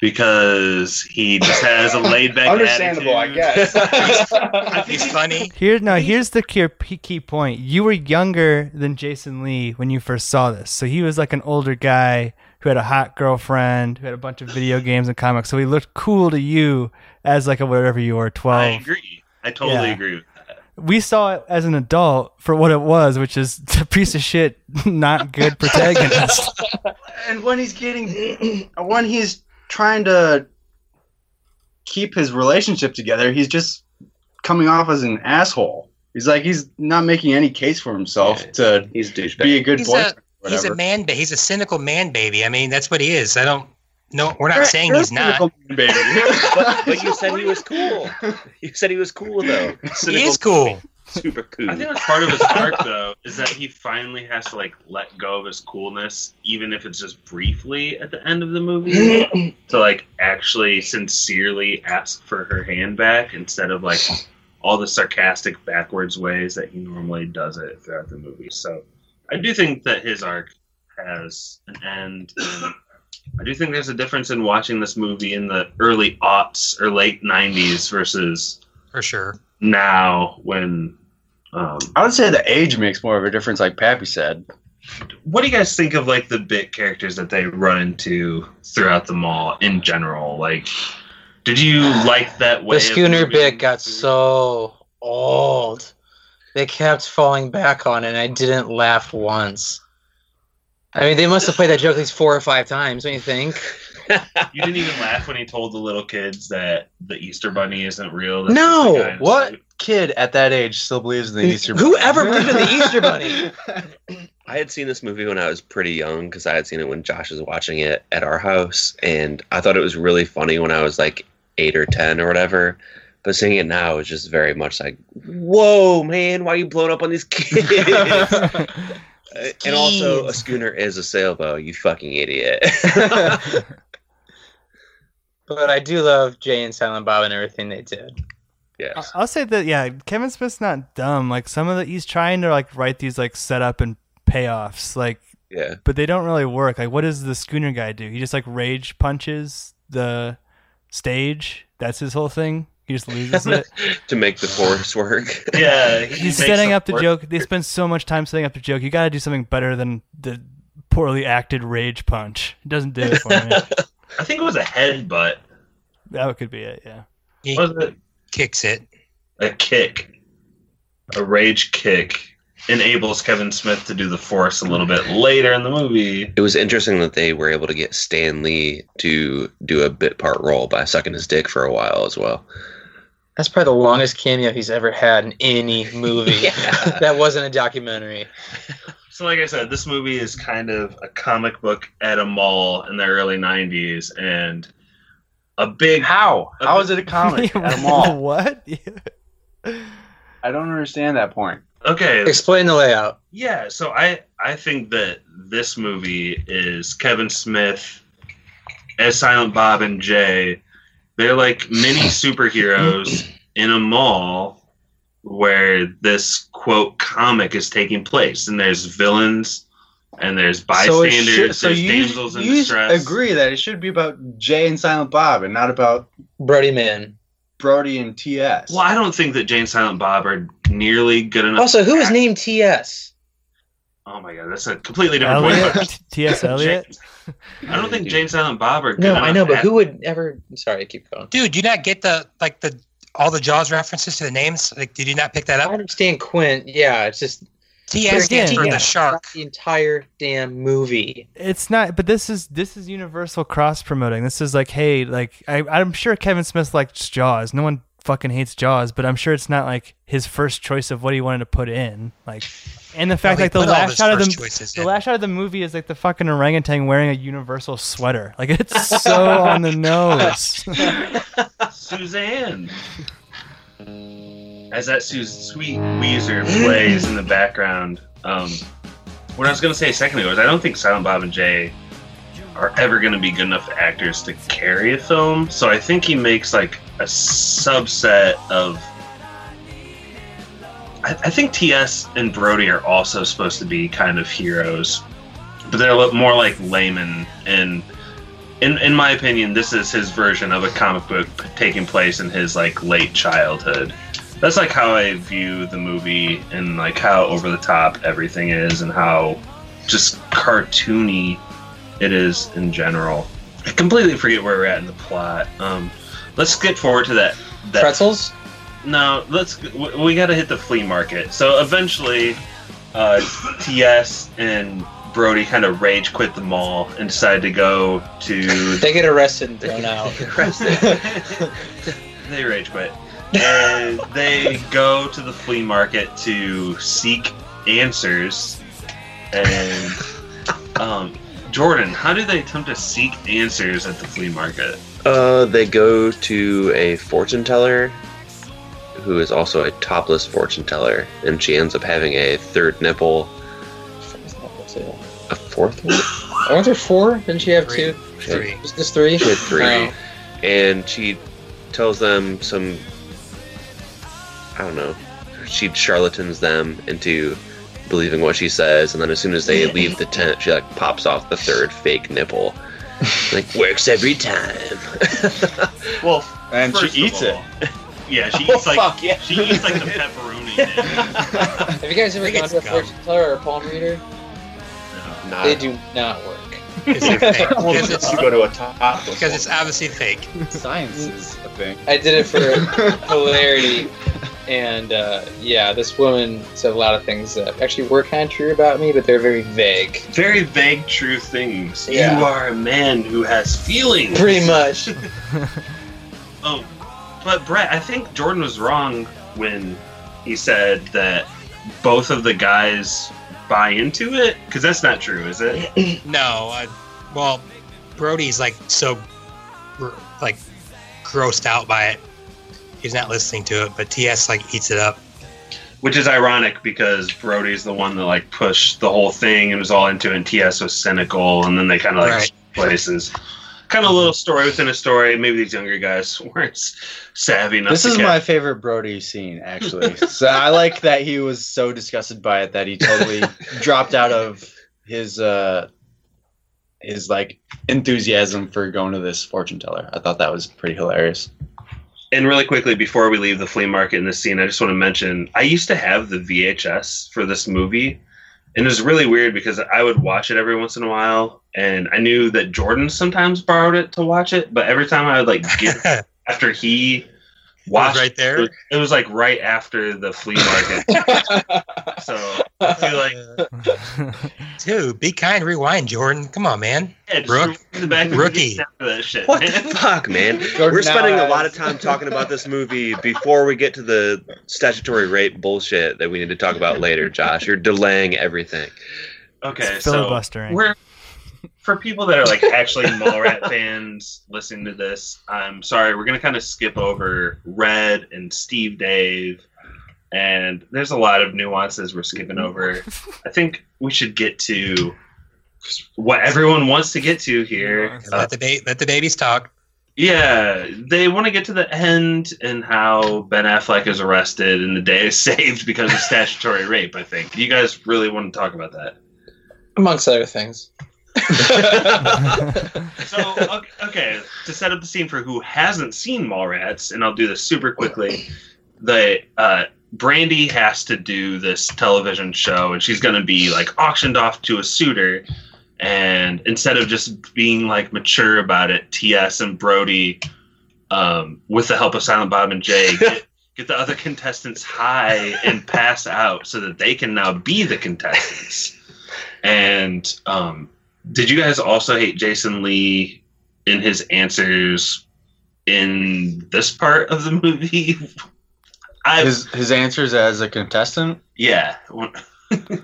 because he just has a laid <laughs> back understandable, I attitude. guess. He's funny. Here, now here's the key, key point. You were younger than Jason Lee when you first saw this, so he was like an older guy who had a hot girlfriend, who had a bunch of video games and comics. So he looked cool to you as like a whatever you were, I twelve. agree. I totally Yeah. agree with that. We saw it as an adult for what it was, which is <laughs> a piece of shit, not good protagonist. <laughs> <laughs> and when he's getting, <clears throat> when he's trying to keep his relationship together, he's just coming off as an asshole. He's like he's not making any case for himself to He's douchebag. be a good He's a boyfriend. or he's a whatever. man. ba- He's a cynical man, baby. I mean, that's what he is. I don't. No, we're not You're- saying you're he's a not. cynical man, baby. But, but you said he was <laughs> cool. You said he was cool though. He is cool. Super cool. I think that's part of his arc, though, is that he finally has to like let go of his coolness, even if it's just briefly at the end of the <laughs> movie, to like actually sincerely ask for her hand back instead of like all the sarcastic backwards ways that he normally does it throughout the movie. So I do think that his arc has an end. and I do think there's a difference in watching this movie in the early aughts or late '90s versus For sure. now when. Um, I would say the age makes more of a difference, like Pappy said. what do you guys think of like the bit characters that they run into throughout the mall in general? Like, did you like that way? The of schooner moving? bit got so old. They kept falling back on it, and I didn't laugh once. I mean, they must have played that joke at least four or five times, don't you think? You didn't even laugh when he told the little kids that the Easter Bunny isn't real. that's just a guy No! in a What suit. kid at that age still believes in <laughs> the Easter Bunny? Whoever believed in the Easter Bunny? I had seen this movie when I was pretty young because I had seen it when Josh was watching it at our house, and I thought it was really funny when I was like eight or ten or whatever. But seeing it now is just very much like, "Whoa, man, why are you blowing up on these <laughs> kids?" Uh, and also, a schooner is a sailboat. You fucking idiot. <laughs> But I do love Jay and Silent Bob and everything they did. I- yes. I'll say that yeah, Kevin Smith's not dumb. Like some of the he's trying to like write these like setup and payoffs, like Yeah. but they don't really work. Like what does the schooner guy do? He just like rage punches the stage. That's his whole thing. He just <laughs> loses it. to make the force work. <laughs> Yeah, he <laughs> makes He's setting them up the work. joke. They spend so much time setting up the joke. You got to do something better than the poorly acted rage punch. It doesn't do it <laughs> for me. I think it was a headbutt. that could be it. Yeah. He Was it kicks it. a kick? A rage kick enables Kevin Smith to do the force a little bit later in the movie. It was interesting that they were able to get Stan Lee to do a bit part role by sucking his dick for a while as well. That's probably the longest cameo he's ever had in any <laughs> movie. Yeah. that wasn't a documentary. So, like I said, this movie is kind of a comic book at a mall in the early '90s, and a big <laughs> How? How is it <laughs> a comic at a mall? what? <laughs> <laughs> I don't understand that point. okay. Explain the layout. Yeah, so I I think that this movie is Kevin Smith as Silent Bob and Jay. They're like mini superheroes in a mall where this quote comic is taking place, and there's villains and there's it bystanders, should- so there's you, damsels in you distress. agree that it should be about Jay and Silent Bob and not about Brody Man. Brody and TS. Well, I don't think that Jane Silent Bob are nearly good enough. Also, who is named TS? Um, Oh my god, that's a completely Oh, different point. Elliot? <laughs> T.S. Eliot? I don't think James Allen Bob are good No, I enough know, but at- who would ever? Sorry, keep going. Dude, do you not get the like the all the Jaws references to the names? Like, did you not pick that up? I understand Quint. Yeah, it's just T.S. stands for Yeah. the shark. The entire damn movie. It's not, but this is this is universal cross promoting. This is like, hey, like I, I'm sure Kevin Smith likes Jaws. No one fucking hates Jaws, but I'm sure it's not like his first choice of what he wanted to put in. Like, and the fact he like the put all last his shot of first the choices the in. last shot of the movie is like the fucking orangutan wearing a universal sweater. Like it's so <laughs> on the nose. Suzanne. As that Su- sweet Weezer plays in the background, um, what I was going to say a second ago is I don't think Silent Bob and Jay are ever going to be good enough actors to carry a film. So I think he makes like a subset of. I, I think T.S. and Brody are also supposed to be kind of heroes, but they're a lot more like laymen and in in my opinion, this is his version of a comic book p- taking place in his like late childhood. That's like how I view the movie and like how over the top everything is and how just cartoony it is in general. I completely forget where we're at in the plot. Um, let's skip forward to that. that Pretzels? No, let's. w- We got to hit the flea market. So eventually, uh, TS and Brody kind of rage quit the mall and decide to go to. <laughs> They get arrested and thrown out. they rage quit. And they go to the flea market to seek answers. And um, Jordan, how do they attempt to seek answers at the flea market? Uh, they go to a fortune teller, who is also a topless fortune teller, and she ends up having a third nipple. A fourth one? Aren't there four? Didn't she have two? Three. Just, just three? She had three. Oh. And she tells them some. I don't know. She charlatans them into believing what she says, and then as soon as they leave the tent, she like pops off the third fake nipple. like works every time. <laughs> Well, and she eats it. Yeah, she <laughs> Oh, eats like fuck, yeah. she eats like the <laughs> pepperoni. Have you guys ever gone to a fortune teller or a palm reader? They do not work. Because it's, You go to a top <laughs> because it's obviously fake. Science is a thing. I did it for <laughs> hilarity. And uh, yeah, this woman said a lot of things that actually were kind of true about me, but they're very vague. Very vague, true things. Yeah. You are a man who has <laughs> feelings. Pretty much. oh, but Brett, I think Jordan was wrong when he said that both of the guys buy into it because that's not true, is it? No, uh, well, Brody's like so, gr- like, grossed out by it. He's not listening to it, but TS like eats it up. Which is ironic because Brody's the one that like pushed the whole thing and was all into it. And TS was cynical, and then they kind of like Right. places. Kind of a little story within a story. Maybe these younger guys <laughs> weren't s- savvy enough. This to is catch my favorite Brody scene, actually. so I like that he was so disgusted by it that he <laughs> totally dropped out of his uh his like enthusiasm for going to this fortune teller. I thought that was pretty hilarious. <laughs> And really quickly, before we leave the flea market in this scene, I just want to mention I used to have the VHS for this movie. And it was really weird because I would watch it every once in a while. And I knew that Jordan sometimes borrowed it to watch it. But every time I would like <laughs> get after he watched right there? it was, it was, like right after the flea market. <laughs> so I feel like Dude, be kind. Rewind, Jordan. Come on, man. yeah, just Rook, the back and rookie. get down to that shit. <laughs> <laughs> What the man. fuck, man? Jordan, We're spending now a lot of time talking about <laughs> this movie before we get to the statutory rape bullshit that we need to talk about later, Josh. You're delaying everything. <laughs> Okay, It's so filibustering. we're for people that are like actually Mallrat fans listening to this. I'm sorry, we're gonna kind of skip over Red and Steve Dave, and there's a lot of nuances we're skipping over. I think we should get to what everyone wants to get to here. Uh, Let the ba- let the babies talk. Yeah, they want to get to the end and how Ben Affleck is arrested and the day is <laughs> saved because of statutory rape. I think. Do you guys really want to talk about that? Amongst other things. so okay, okay, to set up the scene for who hasn't seen Mallrats, and I'll do this super quickly. The uh, Brandy has to do this television show and she's going to be like auctioned off to a suitor. And instead of just being like mature about it, TS and Brody, um, with the help of Silent Bob and Jay, get, get the other contestants high and pass out so that they can now be the contestants. And um, did you guys also hate Jason Lee in his answers in this part of the movie? <laughs> I, his his answers as a contestant. Yeah.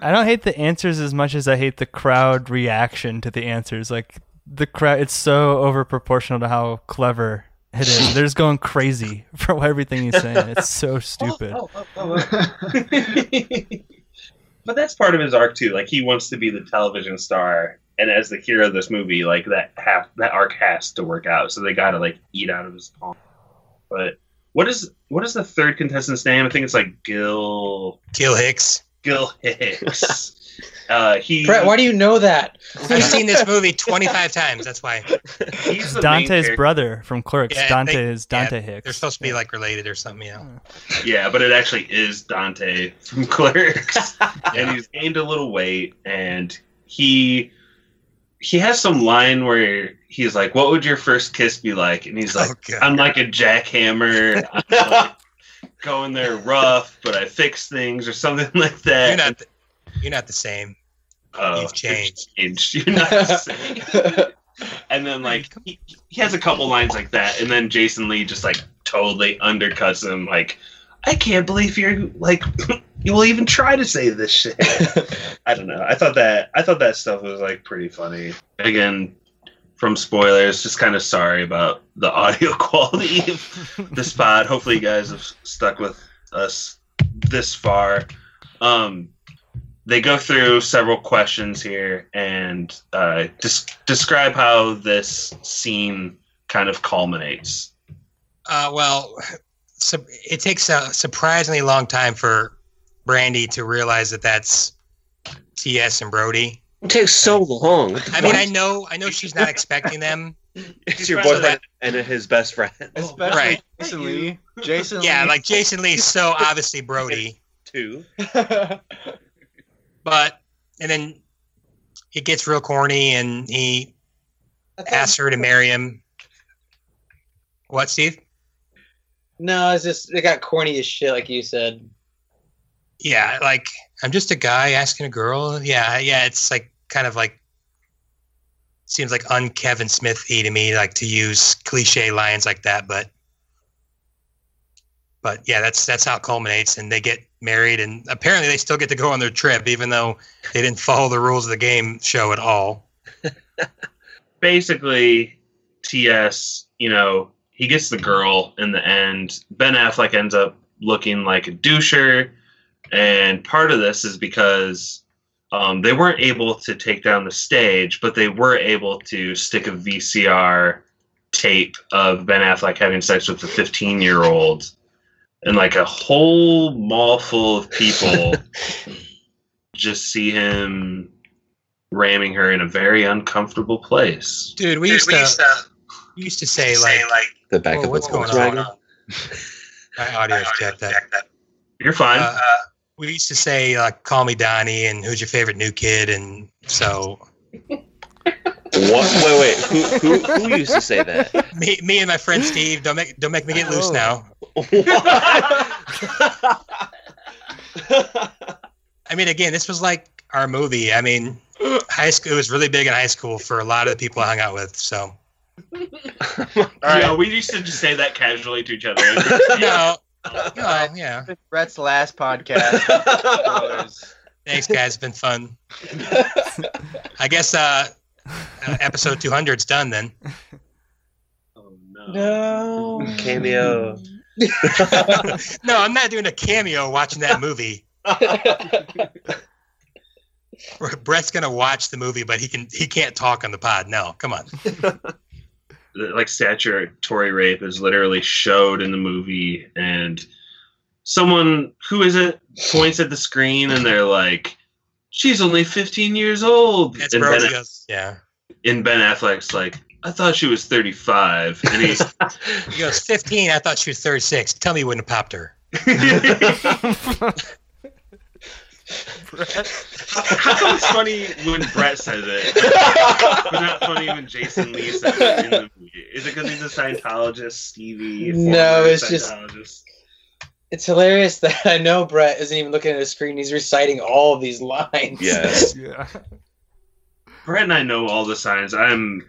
I don't hate the answers as much as I hate the crowd reaction to the answers. Like the crowd, it's so over proportional to how clever it is. They're just going crazy <laughs> for everything he's saying. It's so stupid. oh, <laughs> but that's part of his arc too. Like he wants to be the television star, and as the hero of this movie, like that half that arc has to work out. So they got to like eat out of his palm. But what is what is the third contestant's name? I think it's like Gil Gil Hicks. Gil Hicks. uh, he Brett, why do you know that? <laughs> I've seen this movie 25 times. That's why. He's the main Dante's character. brother from Clerks. Yeah, Dante they- is Dante yeah, Hicks. They're supposed to be like related or something, you know. Yeah, but it actually is Dante from <laughs> Clerks, <laughs> and he's gained a little weight, and he he has some line where he's like, "What would your first kiss be like?" And he's <laughs> like, God. "I'm like a jackhammer, I'm like going there rough, but I fix things or something <laughs> like that." You're not. th- You're not the same. Oh, You've changed. You're, changed. You're not the <laughs> same. and then like he, he has a couple lines like that, and then Jason Lee just like totally undercuts him. Like, I can't believe you're like <laughs> you will even try to say this shit. I don't know. I thought that I thought that stuff was like pretty funny. Again, from spoilers, just kind of sorry about the <laughs> audio quality of this pod. Hopefully, you guys have stuck with us this far. Um, they go through several questions here and uh, dis- describe how this scene kind of culminates. Uh, well, su- it takes a surprisingly long time for Brandy to realize that that's TS and Brody. It takes so long. I mean, I know, I know she's not expecting them. <laughs> It's your boyfriend and his best friend. <laughs> Especially Right. Jason Lee. Jason Yeah, Lee. like Jason Lee's so obviously Brody, Two. but and then it gets real corny, and he I thought- asks her to marry him. What, Steve? No, it's just it got corny as shit, like <laughs> you said. Yeah, like I'm just a guy asking a girl. Yeah, yeah, it's like kind of like seems like un Kevin Smithy to me, like to use cliche lines like that, but but yeah, that's that's how it culminates and they get married and apparently they still get to go on their trip even though they didn't follow the rules of the game show at all. Basically, TS, you know, he gets the girl in the end. Ben Affleck ends up looking like a doucher. And part of this is because um, they weren't able to take down the stage, but they were able to stick a VCR tape of Ben Affleck having sex with a 15 year old. And like a whole mall full of people just see him ramming her in a very uncomfortable place. Dude, we used to, we used to say, like, <laughs> The back "Whoa, of what's the going Volkswagen. on? My audio's jacked up. You're fine. Uh, we used to say like call me donnie and who's your favorite new kid and so What? Wait, wait. Who, who, who used to say <laughs> that? me, me and my friend steve don't make don't make me get loose now i mean again this was like our movie i mean high school it was really big in high school for a lot of the people i hung out with so Yeah, we used to just say that casually to each <laughs> other. Oh, no <laughs> no yeah Brett's last podcast. <laughs> was- thanks guys it's been fun i guess uh uh, episode 200's done then oh, No. <laughs> <laughs> Cameo. no i'm not doing a cameo watching that movie brett's gonna watch the movie but he can he can't talk on the pod no come on the, like statutory rape is literally showed in the movie and someone who is it points at the screen and they're like she's only 15 years old That's and, Brody ben, goes, yeah. and ben affleck's like i thought she was 35 and he's <laughs> <laughs> He goes, 15. I thought she was 36. Tell me you wouldn't have popped her. How come it's funny when Brett says it, but not funny when Jason Lee says it in the movie? Is it because he's a Scientologist, Stevie? No, former it's just- Scientologist? It's hilarious <laughs> that I know Brett isn't even looking at his screen. He's reciting all of these lines. Yes. yeah. Brett and I know all the signs. I'm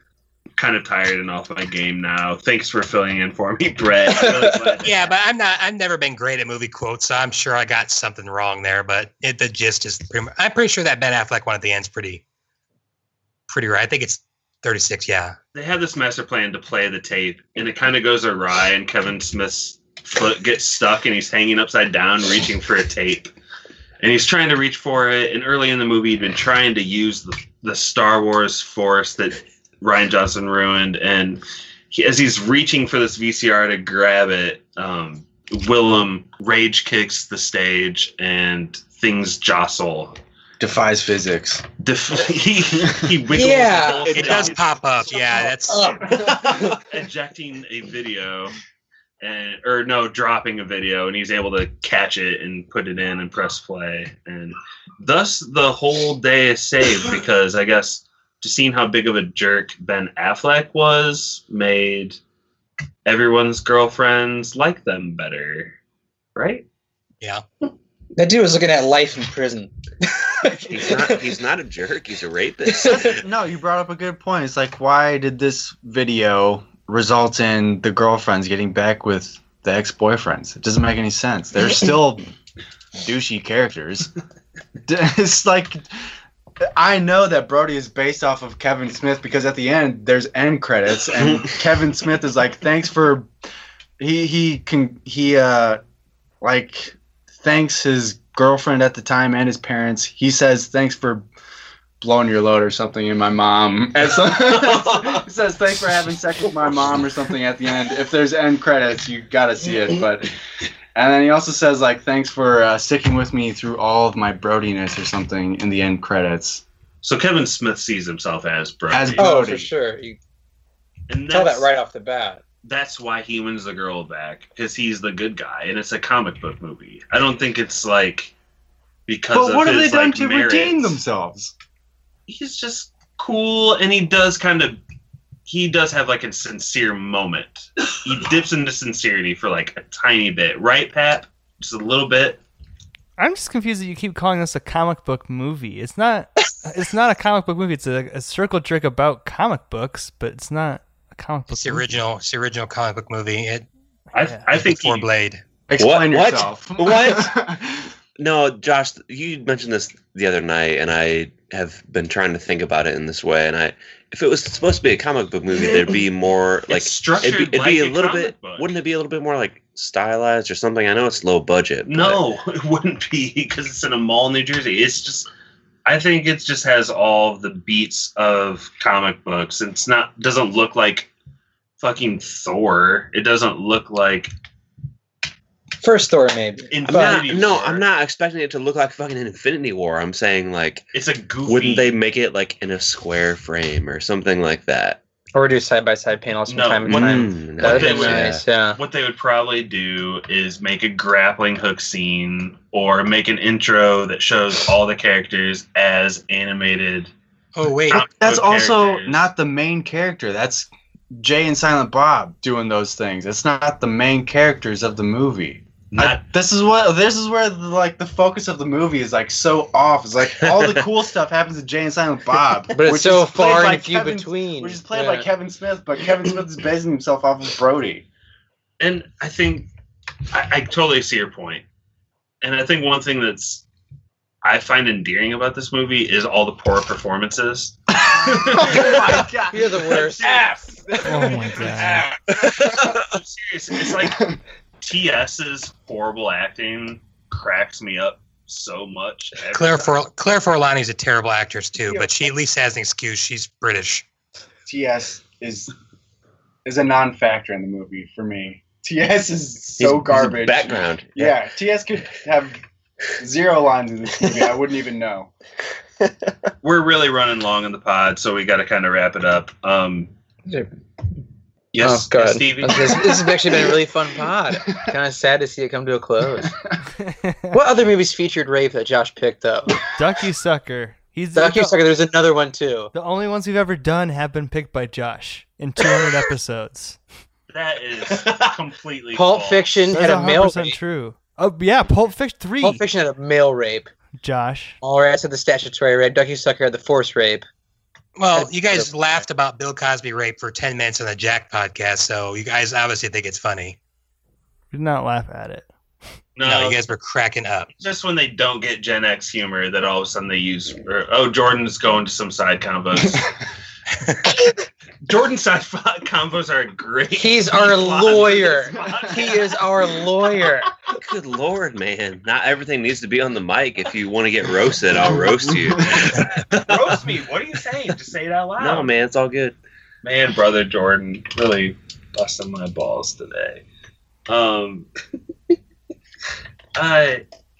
kind of tired and off my game now. Thanks for filling in for me, Brett. I'm really glad <laughs> yeah, but I'm not. I've never been great at movie quotes, so I'm sure I got something wrong there. But it, the gist is, pretty, mu- I'm pretty sure that Ben Affleck one at the end's pretty, pretty right. I think it's 36. Yeah, they have this master plan to play the tape, and it kind of goes awry, and Kevin Smith's foot gets stuck, and he's hanging upside down, reaching for a tape. And he's trying to reach for it, and early in the movie, he'd been trying to use the, the Star Wars Force that Ryan Johnson ruined, and he, as he's reaching for this VCR to grab it, um, Willem rage kicks the stage, and things jostle. <laughs> Defies physics. Def- he, he wiggles his yeah, whole it does body pop up. Oh. Yeah, that's ejecting a video and or no dropping a video and he's able to catch it and put it in and press play and thus the whole day is saved because i guess just seeing how big of a jerk ben affleck was made everyone's girlfriends like them better right yeah <laughs> That dude was looking at life in prison. <laughs> He's not, he's not a jerk. He's a <laughs> rapist. <laughs> no, you brought up a good point. It's like, why did this video result in the girlfriends getting back with the ex boyfriends? It doesn't make any sense. They're still douchey characters. <laughs> D- It's like, I know that Brody is based off of Kevin Smith because at the end, there's end credits, and Kevin Smith is like, thanks for. He, he can, he, uh, like, thanks his girlfriend at the time and his parents. He says, thanks for blowing your load or something in my mom. And so- it says thanks for having sex with my mom or something at the end. If there's end credits, you gotta see it. But and then he also says like thanks for uh, sticking with me through all of my brodiness or something in the end credits. so kevin smith sees himself as brody As Oh, Brody. for sure. You and tell that that's- right off the bat. that's why he wins the girl back because he's the good guy, and it's a comic book movie. I don't think it's like because. But of what have they his, done like, to merits. redeem themselves? He's just cool, and he does kind of. He does have like a sincere moment. <laughs> He dips into sincerity for like a tiny bit, right, Pat? Just a little bit. I'm just confused that you keep calling this a comic book movie. It's <laughs> not. It's not a comic book movie. It's a, a circle trick about comic books, but it's not a comic book. it's the original. It's the original comic book movie. It I, I think before he- Blade. Explain what? yourself. What? <laughs> No, Josh, you mentioned this the other night, and I have been trying to think about it in this way. And I, if it was supposed to be a comic book movie, there'd <laughs> be more like structured It'd be, it'd like be a a little comic bit. book. Wouldn't it be a little bit more like stylized or something? I know it's low budget. but- No, <laughs> it wouldn't be because it's in a mall in New Jersey. It's just, I think it just has all the beats of comic books. It's not doesn't look like fucking Thor. It doesn't look like First Thor, maybe. I'm not- Infinity. no, War. I'm not expecting it to look like fucking Infinity War. I'm saying like, It's a goofy. wouldn't they make it like in a square frame or something like that? Or do side by side panels from No, time to what- time. Mm, no, That'd they be would- nice, yeah. What they would probably do is make a grappling hook scene or make an intro that shows all the characters as animated. Oh wait, comic That's book also characters. not the main character. That's Jay and Silent Bob doing those things. It's not the main characters of the movie. Not- I- this is what this is where the, like the focus of the movie is like so off. It's like all the <laughs> cool stuff happens to Jay and Silent Bob, But it's which so is played far by and few Kevin- between. Which is played yeah. by Kevin Smith, but Kevin Smith is basing himself off of Brody. and I think I, I totally see your point. And I think one thing that's I find endearing about this movie is all the poor performances. oh <laughs> my god! You're the worst. F. Oh my <laughs> God. I'm serious. It's like TS's horrible acting cracks me up so much. every Claire time. For Claire Forlani is a terrible actress too, but she at least has an excuse. She's British. TS is is a non-factor in the movie for me. TS is so He's- he's a garbage. background. Yeah, TS could have zero lines in <laughs> this movie. I wouldn't even know. we're really running long in the pod, so we got to kind of wrap it up. Um, Yes, Oh, God. yes, Stevie. This, this has actually been a <laughs> really fun pod. kind of sad to see it come to a close. <laughs> what other movies featured rape that Josh picked <laughs> up? <laughs> Ducky Sucker. He's Ducky Sucker. There's another one too. The only ones we've ever done have been picked by Josh <laughs> in 200 episodes. That is completely Pulp false. Fiction had That's a male 100% rape. true. Oh yeah, Pulp Fiction three. Pulp Fiction had a male rape. Josh. All right, I said the statutory rape. Ducky Sucker had the forced rape. Well, you guys laughed about Bill Cosby rape for 10 minutes on the Jack podcast, so you guys obviously think it's funny. Did not laugh at <sighs> it. No, you guys were cracking up. Just when they don't get Gen X humor, that all of a sudden they use. Or, oh, Jordan's going to some side combos. Jordan side fo- combos are great. He's our lawyer. He is our <laughs> lawyer. Good lord, man! Not everything needs to be on the mic. If you want to get roasted, I'll roast <laughs> you. Roast me. What are you saying? Just say it out loud. No, man, it's all good. Man, brother Jordan really busting my balls today. Um, <laughs> uh,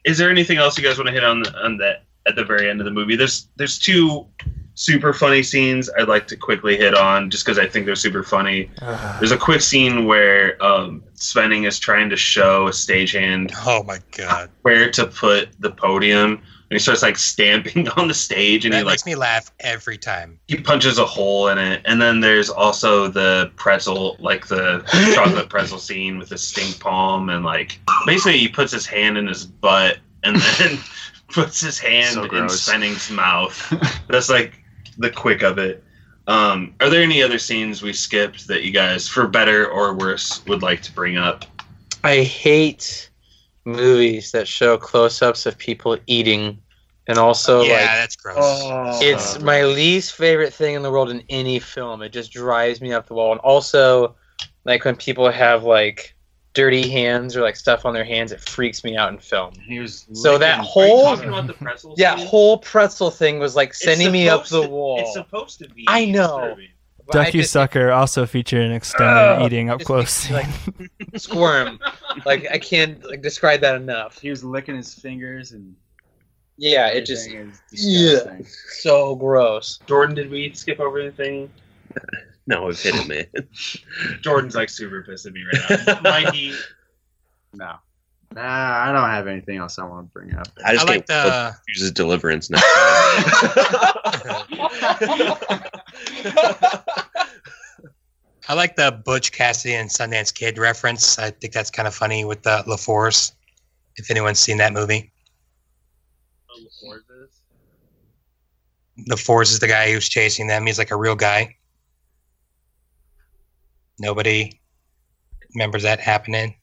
is there anything else you guys want to hit on on that at the very end of the movie? There's there's two super funny scenes I'd like to quickly hit on just because I think they're super funny. <sighs> There's a quick scene where um, Svenning is trying to show a stagehand Oh my god. where to put the podium, and he starts like stamping <laughs> on the stage, and that he like makes me laugh every time. he punches a hole in it and then there's also the pretzel like the chocolate pretzel scene with the stink palm and like basically he puts his hand in his butt and then <laughs> puts his hand So in gross. Svenning's <laughs> mouth that's like the quick of it um, are there any other scenes we skipped that you guys for better or worse would like to bring up I hate movies that show close-ups of people eating, and also yeah, Oh, like that's gross. oh, It's my least favorite thing in the world in any film. It just drives me up the wall. And also, like when people have like dirty hands or like stuff on their hands, it freaks me out in film. Here's So that are you whole talking about the pretzel that scene? whole pretzel thing was like It's sending me up supposed the to- wall. it's supposed to be I know. disturbing. But I Ducky just Sucker also featured an extended Ugh. eating up Just close Oh, makes me, scene. <laughs> squirm. like I can't like describe that enough. He was licking his fingers and Yeah, it just everything is yeah, disgusting. so gross. Jordan did we skip over anything No, I've hit it, man. Jordan's like super pissed at me right <laughs> now. Mikey, No. Nah, I don't have anything else I want to bring up. I I just like can't wait the to use his deliverance next time. I like the Butch Cassidy and Sundance Kid reference. I think that's kind of funny with the LaForce. If anyone's seen that movie, LaForce is the guy who's chasing them. He's like a real guy. Nobody remembers that happening.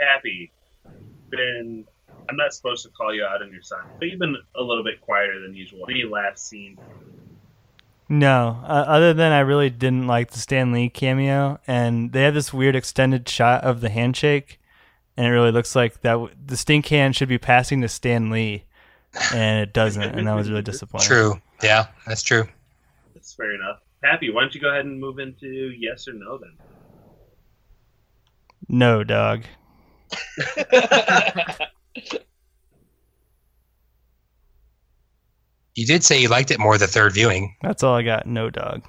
happy. Been. I'm not supposed to call you out on your sign, but you've been a little bit quieter than usual. Any last scene? <laughs> No, uh, other than I really didn't like the Stan Lee cameo, and they have this weird extended shot of the handshake, and it really looks like that w- the stink hand should be passing to Stan Lee, and it doesn't, and that was <laughs> really disappointing. True. Yeah, that's true. That's fair enough. Happy, why don't you go ahead and move into yes or no then? No, dog. You did say you liked it more the third viewing. That's all I got. No, dog.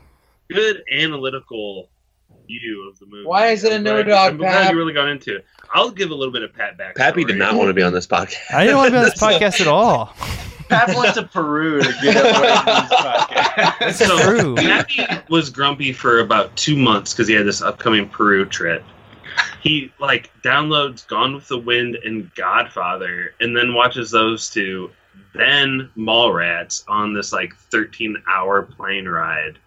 Good analytical view of the movie. Why is it a I'm no glad- dog, I'm glad Pap? you really got into it. I'll give a little bit of pat back. Pappy did not want to be on this podcast. I didn't want to be on this podcast at all. Pat went to Peru <laughs> to get away from this podcast. That's true. Pappy was grumpy for about two months because he had this upcoming Peru trip. He like downloads Gone with the Wind and Godfather, and then watches those two, then Mallrats on this like thirteen-hour plane ride.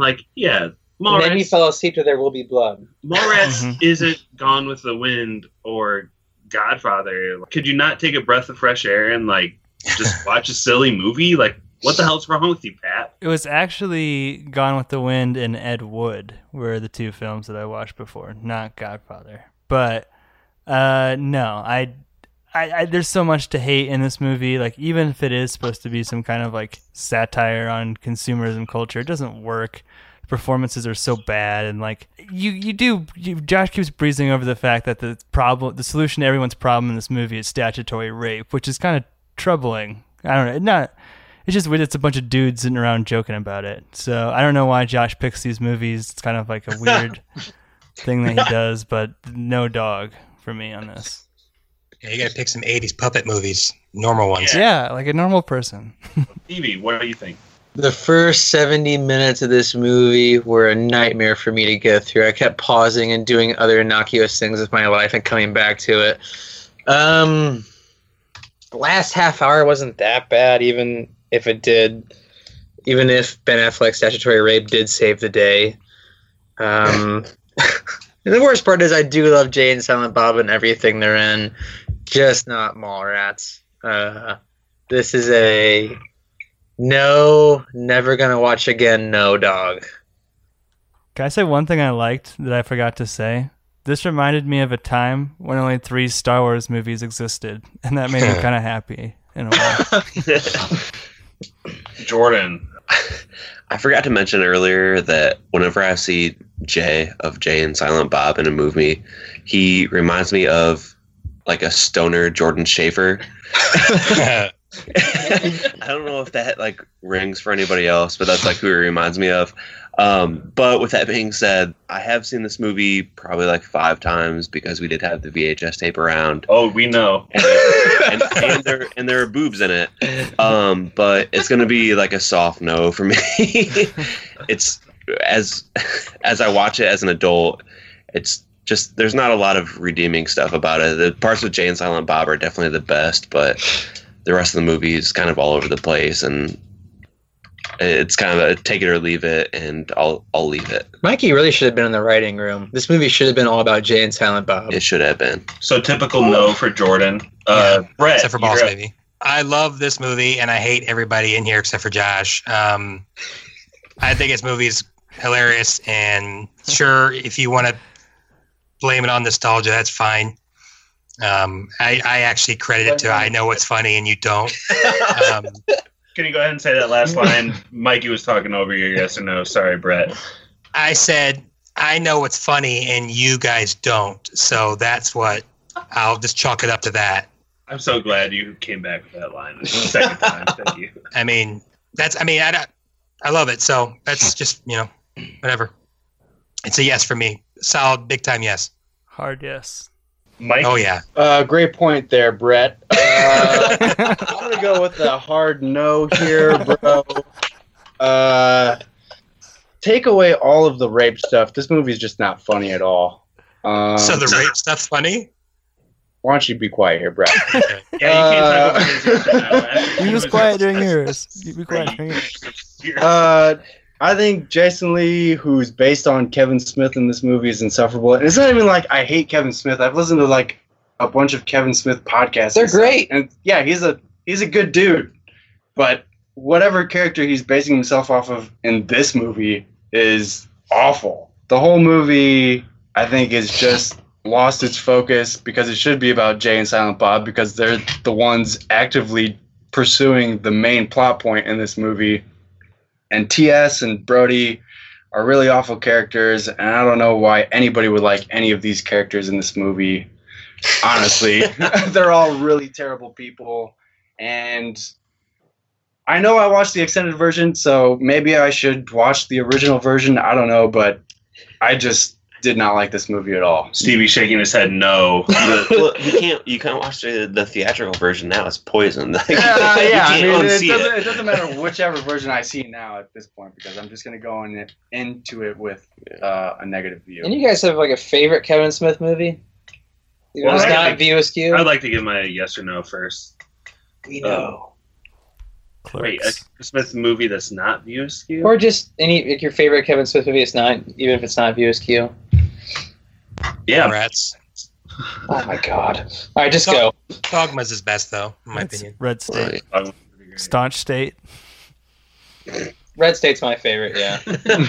Like, yeah, And then he Mallrats. fell asleep to There Will Be Blood. Mallrats Mhm. isn't Gone with the Wind or Godfather. Could you not take a breath of fresh air and like just watch a silly movie? Like, what the hell's wrong with you, Pat? It was actually Gone with the Wind and Ed Wood were the two films that I watched before, not Godfather. But uh, no, I, I, I there's so much to hate in this movie. Like even if it is supposed to be some kind of like satire on consumerism culture, it doesn't work. Performances are so bad, and like you, you do. You, Josh keeps breezing over the fact that the problem, the solution to everyone's problem in this movie is statutory rape, which is kind of troubling. I don't know. Not it's just weird. It's a bunch of dudes sitting around joking about it. So I don't know why Josh picks these movies. It's kind of like a weird thing that he does, but no dog for me on this. Yeah, you got to pick some '80s puppet movies, normal ones. Yeah, like a normal person. Phoebe, what do you think? The first 70 minutes of this movie were a nightmare for me to get through. I kept pausing and doing other innocuous things with my life and coming back to it. Um, the last half hour wasn't that bad, even if it did, even if Ben Affleck's statutory rape did save the day. Um, <laughs> and the worst part is, I do love Jay and Silent Bob and everything they're in, just not Mallrats. Uh, this is a no, never gonna watch again. No, dog. Can I say one thing I liked that I forgot to say? This reminded me of a time when only three Star Wars movies existed, and that made me kind of happy in a way. Jordan. I forgot to mention earlier that whenever I see Jay of Jay and Silent Bob in a movie, he reminds me of like a stoner Jordan Schaefer. <laughs> I don't know if that like rings for anybody else, but that's like who he reminds me of. Um, but with that being said, I have seen this movie probably like five times because we did have the VHS tape around. Oh, we know. And, and, and there and there are boobs in it. Um, but it's gonna be like a soft no for me. <laughs> it's as as I watch it as an adult, it's just there's not a lot of redeeming stuff about it. The parts with Jay and Silent Bob are definitely the best, but the rest of the movie is kind of all over the place and it's kind of a take it or leave it and I'll I'll leave it. Mikey really should have been in the writing room. This movie should have been all about Jay and Silent Bob. It should have been. So typical no for Jordan. Uh, Brett, except for Boss you're up. Baby. I love this movie, and I hate everybody in here except for Josh. Um, I think this movie is hilarious, and sure, if you want to blame it on nostalgia, that's fine. Um, I, I actually credit it to I know what's funny and you don't. Um, Can you go ahead and say that last line? Mikey was talking over you. Yes or no? Sorry, Brett. I said I know what's funny and you guys don't, so that's what I'll just chalk it up to that. I'm so glad you came back with that line the second time. Thank you. I mean, that's. I mean, I, don't- I love it. So that's just you know, whatever. It's a yes for me. Solid, big time yes. Hard yes. Mike. Oh yeah. Uh, great point there, Brett. Uh, I'm gonna go with a hard no here, bro. Uh, take away all of the rape stuff. This movie's just not funny at all. Uh, Um, so the rape stuff's funny. why don't you be quiet here, Brett? <laughs> Yeah, Uh, you can't talk about it. You was quiet <laughs> during yours. You be quiet during yours. <laughs> Uh, I think Jason Lee, who's based on Kevin Smith in this movie, is insufferable. And it's not even like I hate Kevin Smith. I've listened to like a bunch of Kevin Smith podcasts. They're and stuff. great. And yeah, he's a he's a good dude. But whatever character he's basing himself off of in this movie is awful. The whole movie, I think, is just lost its focus because it should be about Jay and Silent Bob because they're the ones actively pursuing the main plot point in this movie and TS and Brody are really awful characters, and I don't know why anybody would like any of these characters in this movie. Honestly, <laughs> they're all really terrible people, and I know I watched the extended version, so maybe I should watch the original version. I don't know, but I just did not like this movie <laughs> at all. Stevie shaking his head <laughs> no. well, you can't you can't watch the, the theatrical version now. It's poison. <laughs> Like, Uh, you yeah, I can't mean, it, unsee doesn't, it doesn't matter whichever version I see now at this point because I'm just gonna go in it, into it with uh, a negative view. And you guys have like a favorite Kevin Smith movie? It Well, was I- not View Askew. I'd like to give my yes or no first. we know. Wait, a Clerks. Kevin Smith movie that's not View Askew? Or just any like your favorite Kevin Smith movie. It's not even if it's not View Askew. yeah, Rats. Oh my god! All right, just No. go. Dogma's is best though, in my That's opinion. Red State. Right. Staunch State. Red State's my favorite. <laughs> Yeah.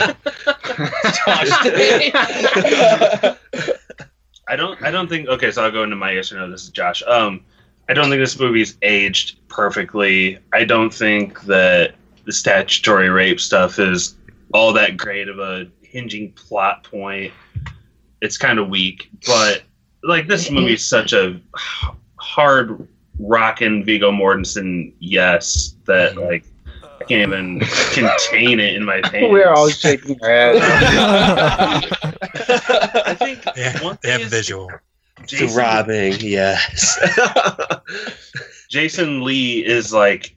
I don't. I don't think. Okay, so I'll go into my yes or no. This is Josh. Um, I don't think this movie's aged perfectly. I don't think that the statutory rape stuff is all that great of a hinging plot point. It's kind of weak, but like this movie's such a Mm-hmm. h- hard rockin' Vigo Mortensen yes that like can't even contain it in my pants. <laughs> We're all shaking our I think one They have visual. Jason- Throbbing, yes. <laughs> Jason Lee is like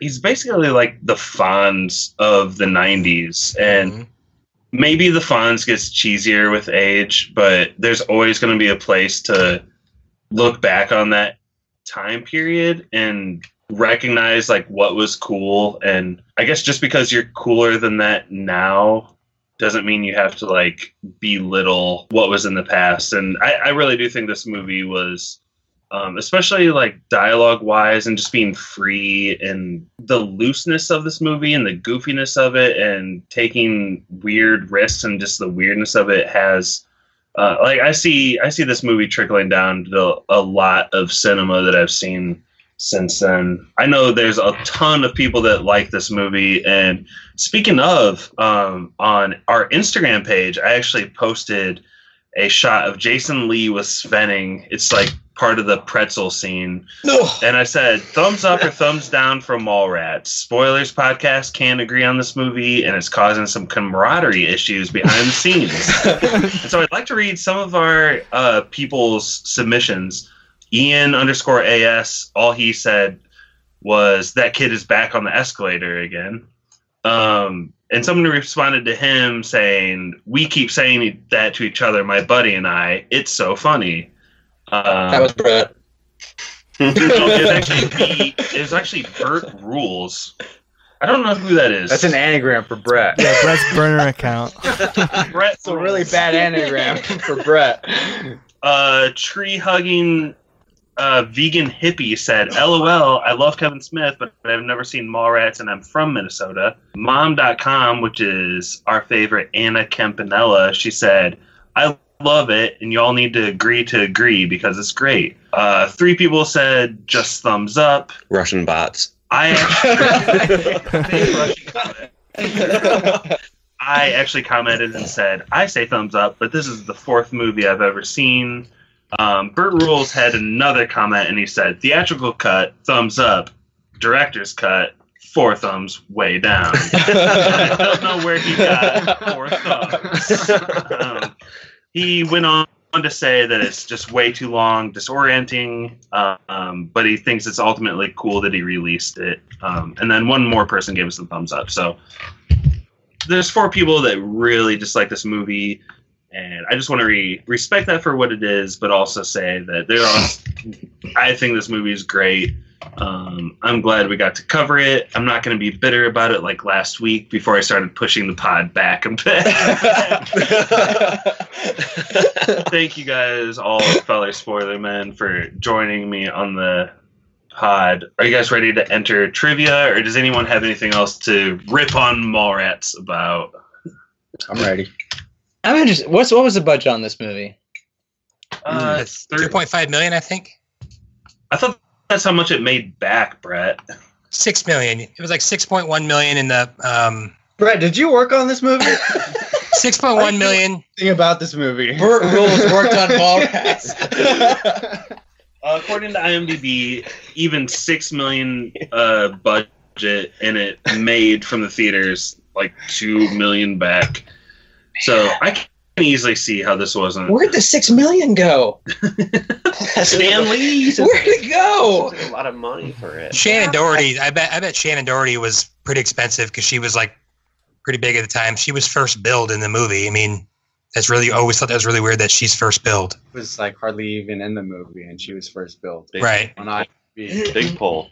he's basically like the Fonz of the '90s, and Mm-hmm. maybe the Fonz gets cheesier with age, but there's always going to be a place to look back on that time period and recognize like what was cool. And I guess just because you're cooler than that now doesn't mean you have to like belittle what was in the past. And I, I really do think this movie was um, especially like dialogue wise and just being free and the looseness of this movie and the goofiness of it and taking weird risks and just the weirdness of it has uh, like I see I see this movie trickling down to a lot of cinema that I've seen since then. I know there's a ton of people that like this movie and speaking of um, on our Instagram page I actually posted a shot of Jason Lee with Svenning. It's like part of the pretzel scene. No. And I said, thumbs up or thumbs down for Mallrats. Spoilers podcast can't agree on this movie, and it's causing some camaraderie issues behind the <laughs> scenes. and so I'd like to read some of our uh, people's submissions. Ian underscore AS, all he said was, that kid is back on the escalator again. Um, and someone responded to him saying, "We keep saying that to each other, my buddy and I. It's so funny." Um, <laughs> that was <laughs> Brett. no, it was actually B, it was actually Bert Rules. I don't know who that is. That's an anagram for Brett. Yeah, Brett's burner account. Brett's a really bad anagram <laughs> for <laughs> Brett. uh, tree hugging uh, vegan hippie said, LOL, I love Kevin Smith, but I've never seen Mallrats and I'm from Minnesota. Mom.com, which is our favorite Anna Campanella, she said, I love it and y'all need to agree to agree because it's great. Uh, three people said, just thumbs up. Russian bots. I actually, I actually commented and said, I say thumbs up, but this is the fourth movie I've ever seen. Um, Burt Rules had another comment and he said, theatrical cut, thumbs up, director's cut, four thumbs way down. I don't know where he got four thumbs. Um, he went on to say that it's just way too long, disorienting, um, but he thinks it's ultimately cool that he released it. Um, and then one more person gave us the thumbs up. So there's four people that really dislike this movie. And I just want to re- respect that for what it is, but also say that there are. I think this movie is great. Um, I'm glad we got to cover it. I'm not going to be bitter about it like last week before I started pushing the pod back and <laughs> back. Thank you guys, all fellow spoiler men, for joining me on the pod. Are you guys ready to enter trivia, or does anyone have anything else to rip on Mallrats about? I'm ready. I'm interested. What's what was the budget on this movie? Uh, Three point five million, I think. I thought that's how much it made back, Brett. Six million. It was like six point one million in the um, Brett, did you work on this <laughs> movie? six point I one million. Thing about this movie. <laughs> Burt Rules worked on Mallrats. Uh, according to IMDb, even six million uh, budget, and it made from the theaters like two million back. So I can easily see how this wasn't. Where'd the six million go? Stan <laughs> Lee. Where'd it go? a lot of money for it. Shannon Doherty. I bet. I bet Shannon Doherty was pretty expensive because she was like pretty big at the time. She was first billed in the movie. I mean, that's really I always thought that was really weird that she's first billed. was like hardly even in the movie, and she was first built. Right. On IMDb. Big pull.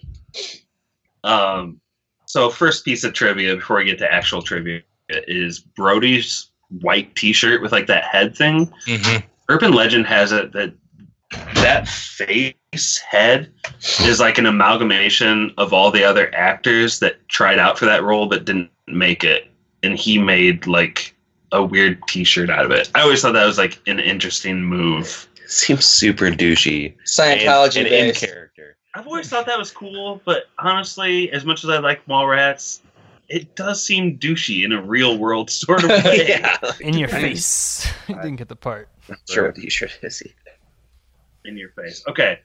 Um, so first piece of trivia before we get to actual trivia is Brody's white T-shirt with like that head thing. Mm-hmm. Urban legend has it that that face head is like an amalgamation of all the other actors that tried out for that role but didn't make it, and he made like a weird T-shirt out of it. I always thought that was like an interesting move. Seems super douchey. Scientology and, and in based. character. I've always thought that was cool, but honestly, as much as I like Mallrats, it does seem douchey in a real world <laughs> sort of way. In your face. <laughs> Didn't get the part. Sure, what t-shirt is he? <laughs> in your face. Okay.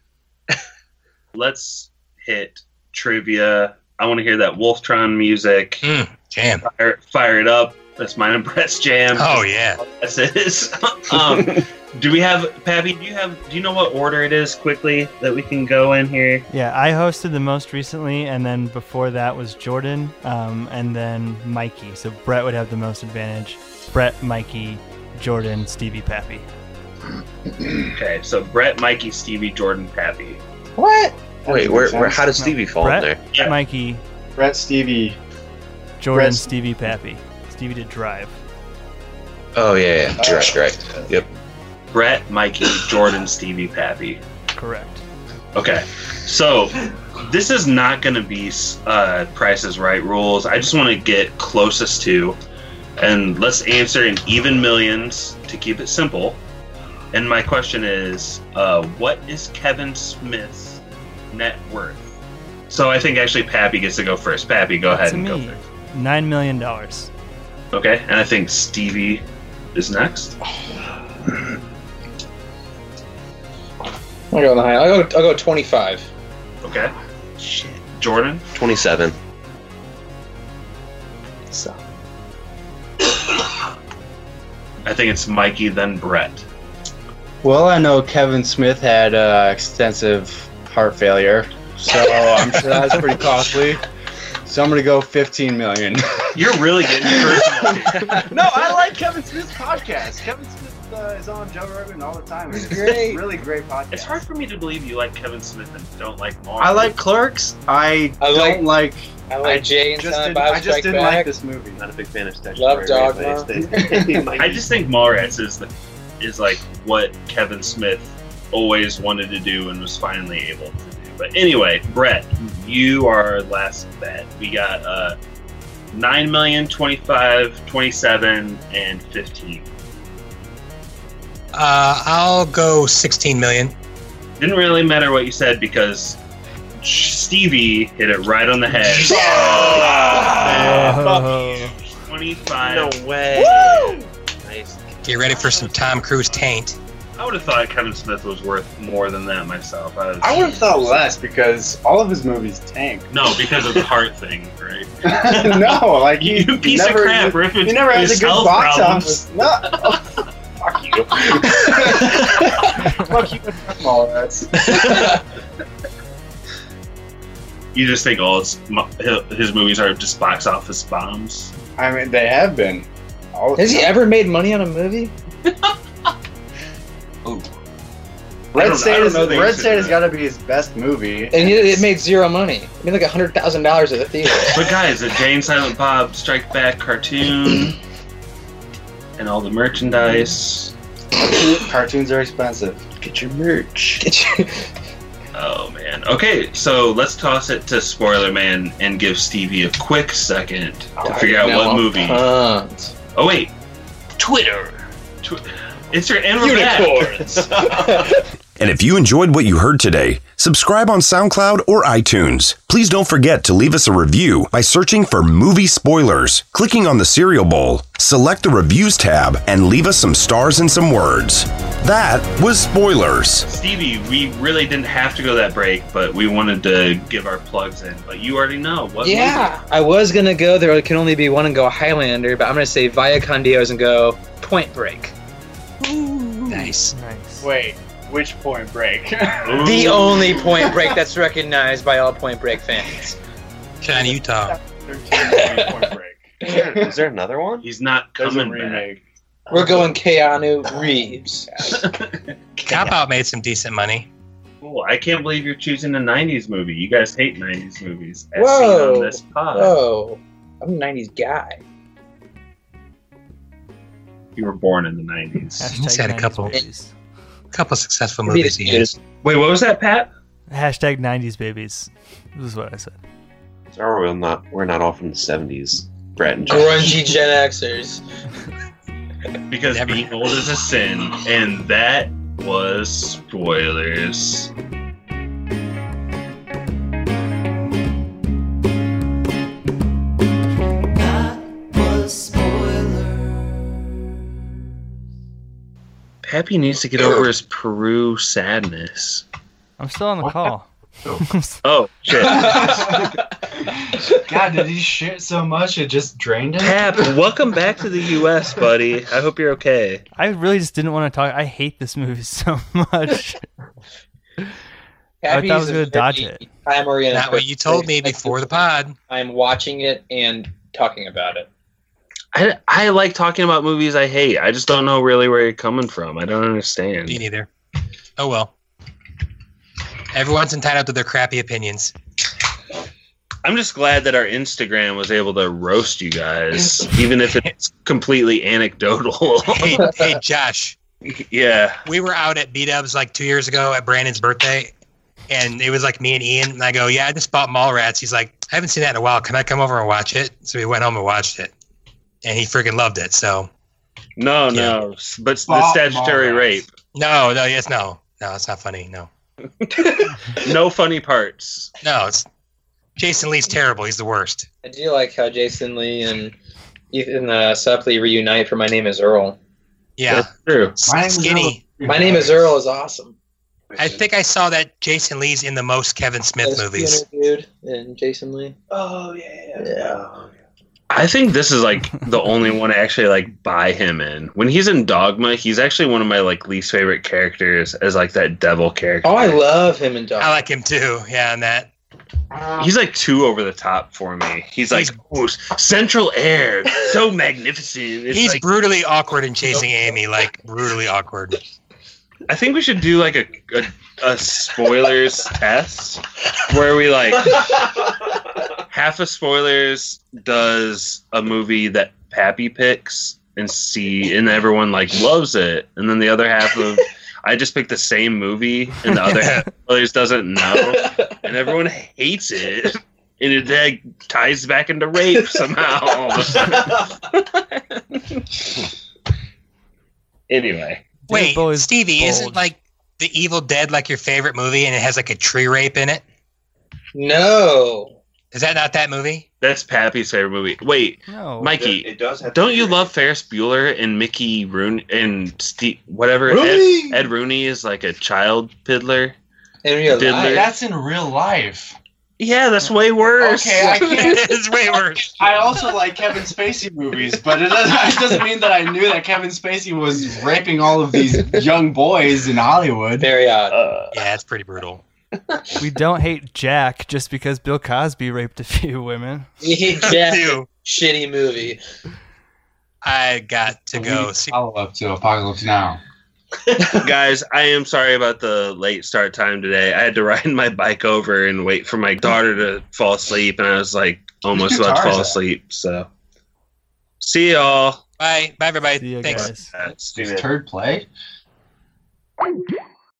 Let's hit trivia. I want to hear that Wolftron music. jam. Fire, fire it up. That's <laughs> mine and Brett's jam. Oh, yeah. That's it. <laughs> um, do we have Pappy? Do you have? Do you know what order it is quickly that we can go in here? Yeah, I hosted the most recently, and then before that was Jordan, um, and then Mikey. So Brett would have the most advantage. Brett, Mikey, Jordan, Stevie, Pappy. okay, so Brett, Mikey, Stevie, Jordan, Pappy. What? Wait, where, where, how does Stevie fall Brett, in there? Mikey, Brett, Stevie, Jordan, Brett- Stevie, Pappy. Stevie did drive. Oh yeah, yeah. You're right, you're right. Yep. Brett, Mikey, Jordan, Stevie, Pappy. Correct. Okay, so this is not going to be uh, Price is Right rules. I just want to get closest to, and let's answer in even millions to keep it simple. And my question is, uh, what is Kevin Smith's net worth? So I think actually Pappy gets to go first. Pappy, go ahead to and go me, nine million dollars. Okay, and I think Stevie is next. I'll go on the high. I'll go, I'll go 25. Okay. Jordan? 27. So. I think it's Mikey, then Brett. Well, I know Kevin Smith had uh, extensive heart failure, so I'm sure that was pretty costly. So I'm gonna go 15 million. You're really getting <laughs> personal. <laughs> no, I like Kevin Smith's podcast. Kevin Smith uh, is on Joe Rogan all the time. It's <laughs> great. really great podcast. It's hard for me to believe you like Kevin Smith and don't like Maul. I like Clerks. I, I like- don't like. I like Jay and just Silent didn't- Bob I just Strike didn't Back. like this movie. Not a big fan of Love Dogma. <laughs> I just think Mallrats is the, is like what Kevin Smith always wanted to do and was finally able to do. But anyway, Brett, you are our last bet. We got uh, 9 million, 25, 27, and 15. Uh, I'll go 16 million. Didn't really matter what you said because Stevie hit it right on the <laughs> head. Ah, Oh. 25. No way. Nice. Get ready for some Tom Cruise taint. I would have thought Kevin Smith was worth more than that myself. I, was, I would have thought less because all of his movies tank. No, because of the heart thing, right? <laughs> no, like he <laughs> You piece of never, crap, Riff. He never has a good Yourself box problems. office. No. <laughs> fuck you. <laughs> fuck you. Fuck Mallrats. You just think all his, his movies are just box office bombs. I mean, they have been. All Has he ever made money on a movie? I Red don't- I State don't is know the Red answer State to has that. got to be his best movie. And he- it made zero money. It made like $100,000 at the theater. But guys, the Jane Silent Bob Strike Back <clears throat> cartoon and all the merchandise. <laughs> Cartoons are expensive. Get your merch. Get your- Oh man. Okay, so let's toss it to Spoiler Man and give Stevie a quick second to figure <laughs> out Now what I'm movie. pumped. Oh wait, Twitter. Tw- it's your and we're back. And if you enjoyed what you heard today, subscribe on SoundCloud or iTunes. Please don't forget to leave us a review by searching for movie spoilers, clicking on the cereal bowl, select the reviews tab, and leave us some stars and some words. That was spoilers. Stevie, we really didn't have to go that break, but we wanted to give our plugs in. But you already know what. yeah, I was gonna go there. Can only be one and go Highlander, but I'm gonna say Via Condios and go Point Break. Nice. Nice. Wait, which Point Break? movie. The Ooh. only Point <laughs> Break that's recognized by all Point Break fans. China, Utah. point Break. Is there, is there another one? <laughs> He's not There's a coming back. remake. We're going Keanu <laughs> Reeves. Cop Out made some decent money. Cool. I can't believe you're choosing a '90s movie. You guys hate '90s movies. As Whoa. seen on this pod. Oh, I'm a '90s guy. You were born in the '90s. He's had a 90s couple. babies. couple successful Be the movies he has. Wait, what was that, Pat? Hashtag 90s babies. This is what I said. Sorry, we're not. We're not all from the 70s. Brett and Josh. Grungy Gen Xers. Because Never. being old is a sin, and that was spoilers. Pappy needs to get over his Peru sadness. <laughs> <laughs> I'm still on the call. Oh shit! God, did he shit so much it just drained him? Pap, welcome back to the U.S., buddy. I hope you're okay. I really just didn't want to talk. I hate this movie <laughs> so much. I thought I was going to dodge it. I'm oriented. Not what you told me before the pod. I'm watching it and talking about it. I, I like talking about movies I hate. I just don't know really where you're coming from. I don't understand. Me neither. Oh well. Everyone's entitled to their crappy opinions. I'm just glad that our Instagram was able to roast you guys, even if it's completely anecdotal. <laughs> hey, hey, Josh. Yeah. We were out at B Dubs like two years ago at Brandon's birthday, and it was like me and Ian. And I go, "Yeah, I just bought Mallrats." He's like, "I haven't seen that in a while. Can I come over and watch it?" So we went home and watched it, and he freaking loved it. So No, no. But the statutory rape. No, no, yes, no, no. It's not funny. No, no funny parts. No, it's Jason Lee's terrible. He's the worst. I do like how Jason Lee and Ethan uh, Supley reunite for My Name Is Earl. Yeah, true. My Name is Skinny. Earl. My Name Is Earl is awesome. I think I saw that Jason Lee's in the most Kevin Smith movies. Dude, and Jason Lee. Oh yeah. Yeah. I think this is like the only one I actually like buy him in. When he's in Dogma, he's actually one of my like least favorite characters as like that devil character. Oh, I love him and Dog. I like him too. Yeah, and that. He's like too over the top for me. He's like oh, central air, so magnificent. It's He's like- brutally awkward in chasing Amy, like brutally awkward. I think we should do like a a, a spoilers test where we like <laughs> half of spoilers does a movie that Pappy picks and see and everyone like loves it, and then the other half of I just picked the same movie and the other half of spoilers doesn't know, and everyone hates it. And it like, ties back into rape somehow. all of a sudden. anyway, Wait, Stevie, isn't like The Evil Dead like your favorite movie, and it has like a tree rape in it? No. Is that not that movie? That's Pappy's favorite movie. Wait, No. Mikey, It- it does have don't you love Ferris Bueller and Mickey Rooney and Steve, whatever? Rooney! Ed, Ed Rooney is like a child piddler. In real life. That's in real life. yeah, that's way worse. Okay, I <laughs> can't. it's way worse. I also like Kevin Spacey movies, but it doesn't, it doesn't mean that I knew that Kevin Spacey was raping all of these young boys in Hollywood. Very odd. yeah, it's pretty brutal. We don't hate Jack just because Bill Cosby raped a few women. <laughs> <laughs> yeah. Shitty movie. I got to go. Follow up to Apocalypse Now. Guys, I am sorry about the late start time today. I had to <laughs> ride my bike over and wait for my daughter to fall asleep, and I was like almost Two about to cars fall out. asleep. So, see y'all. Bye, bye, everybody. Thanks. Third play.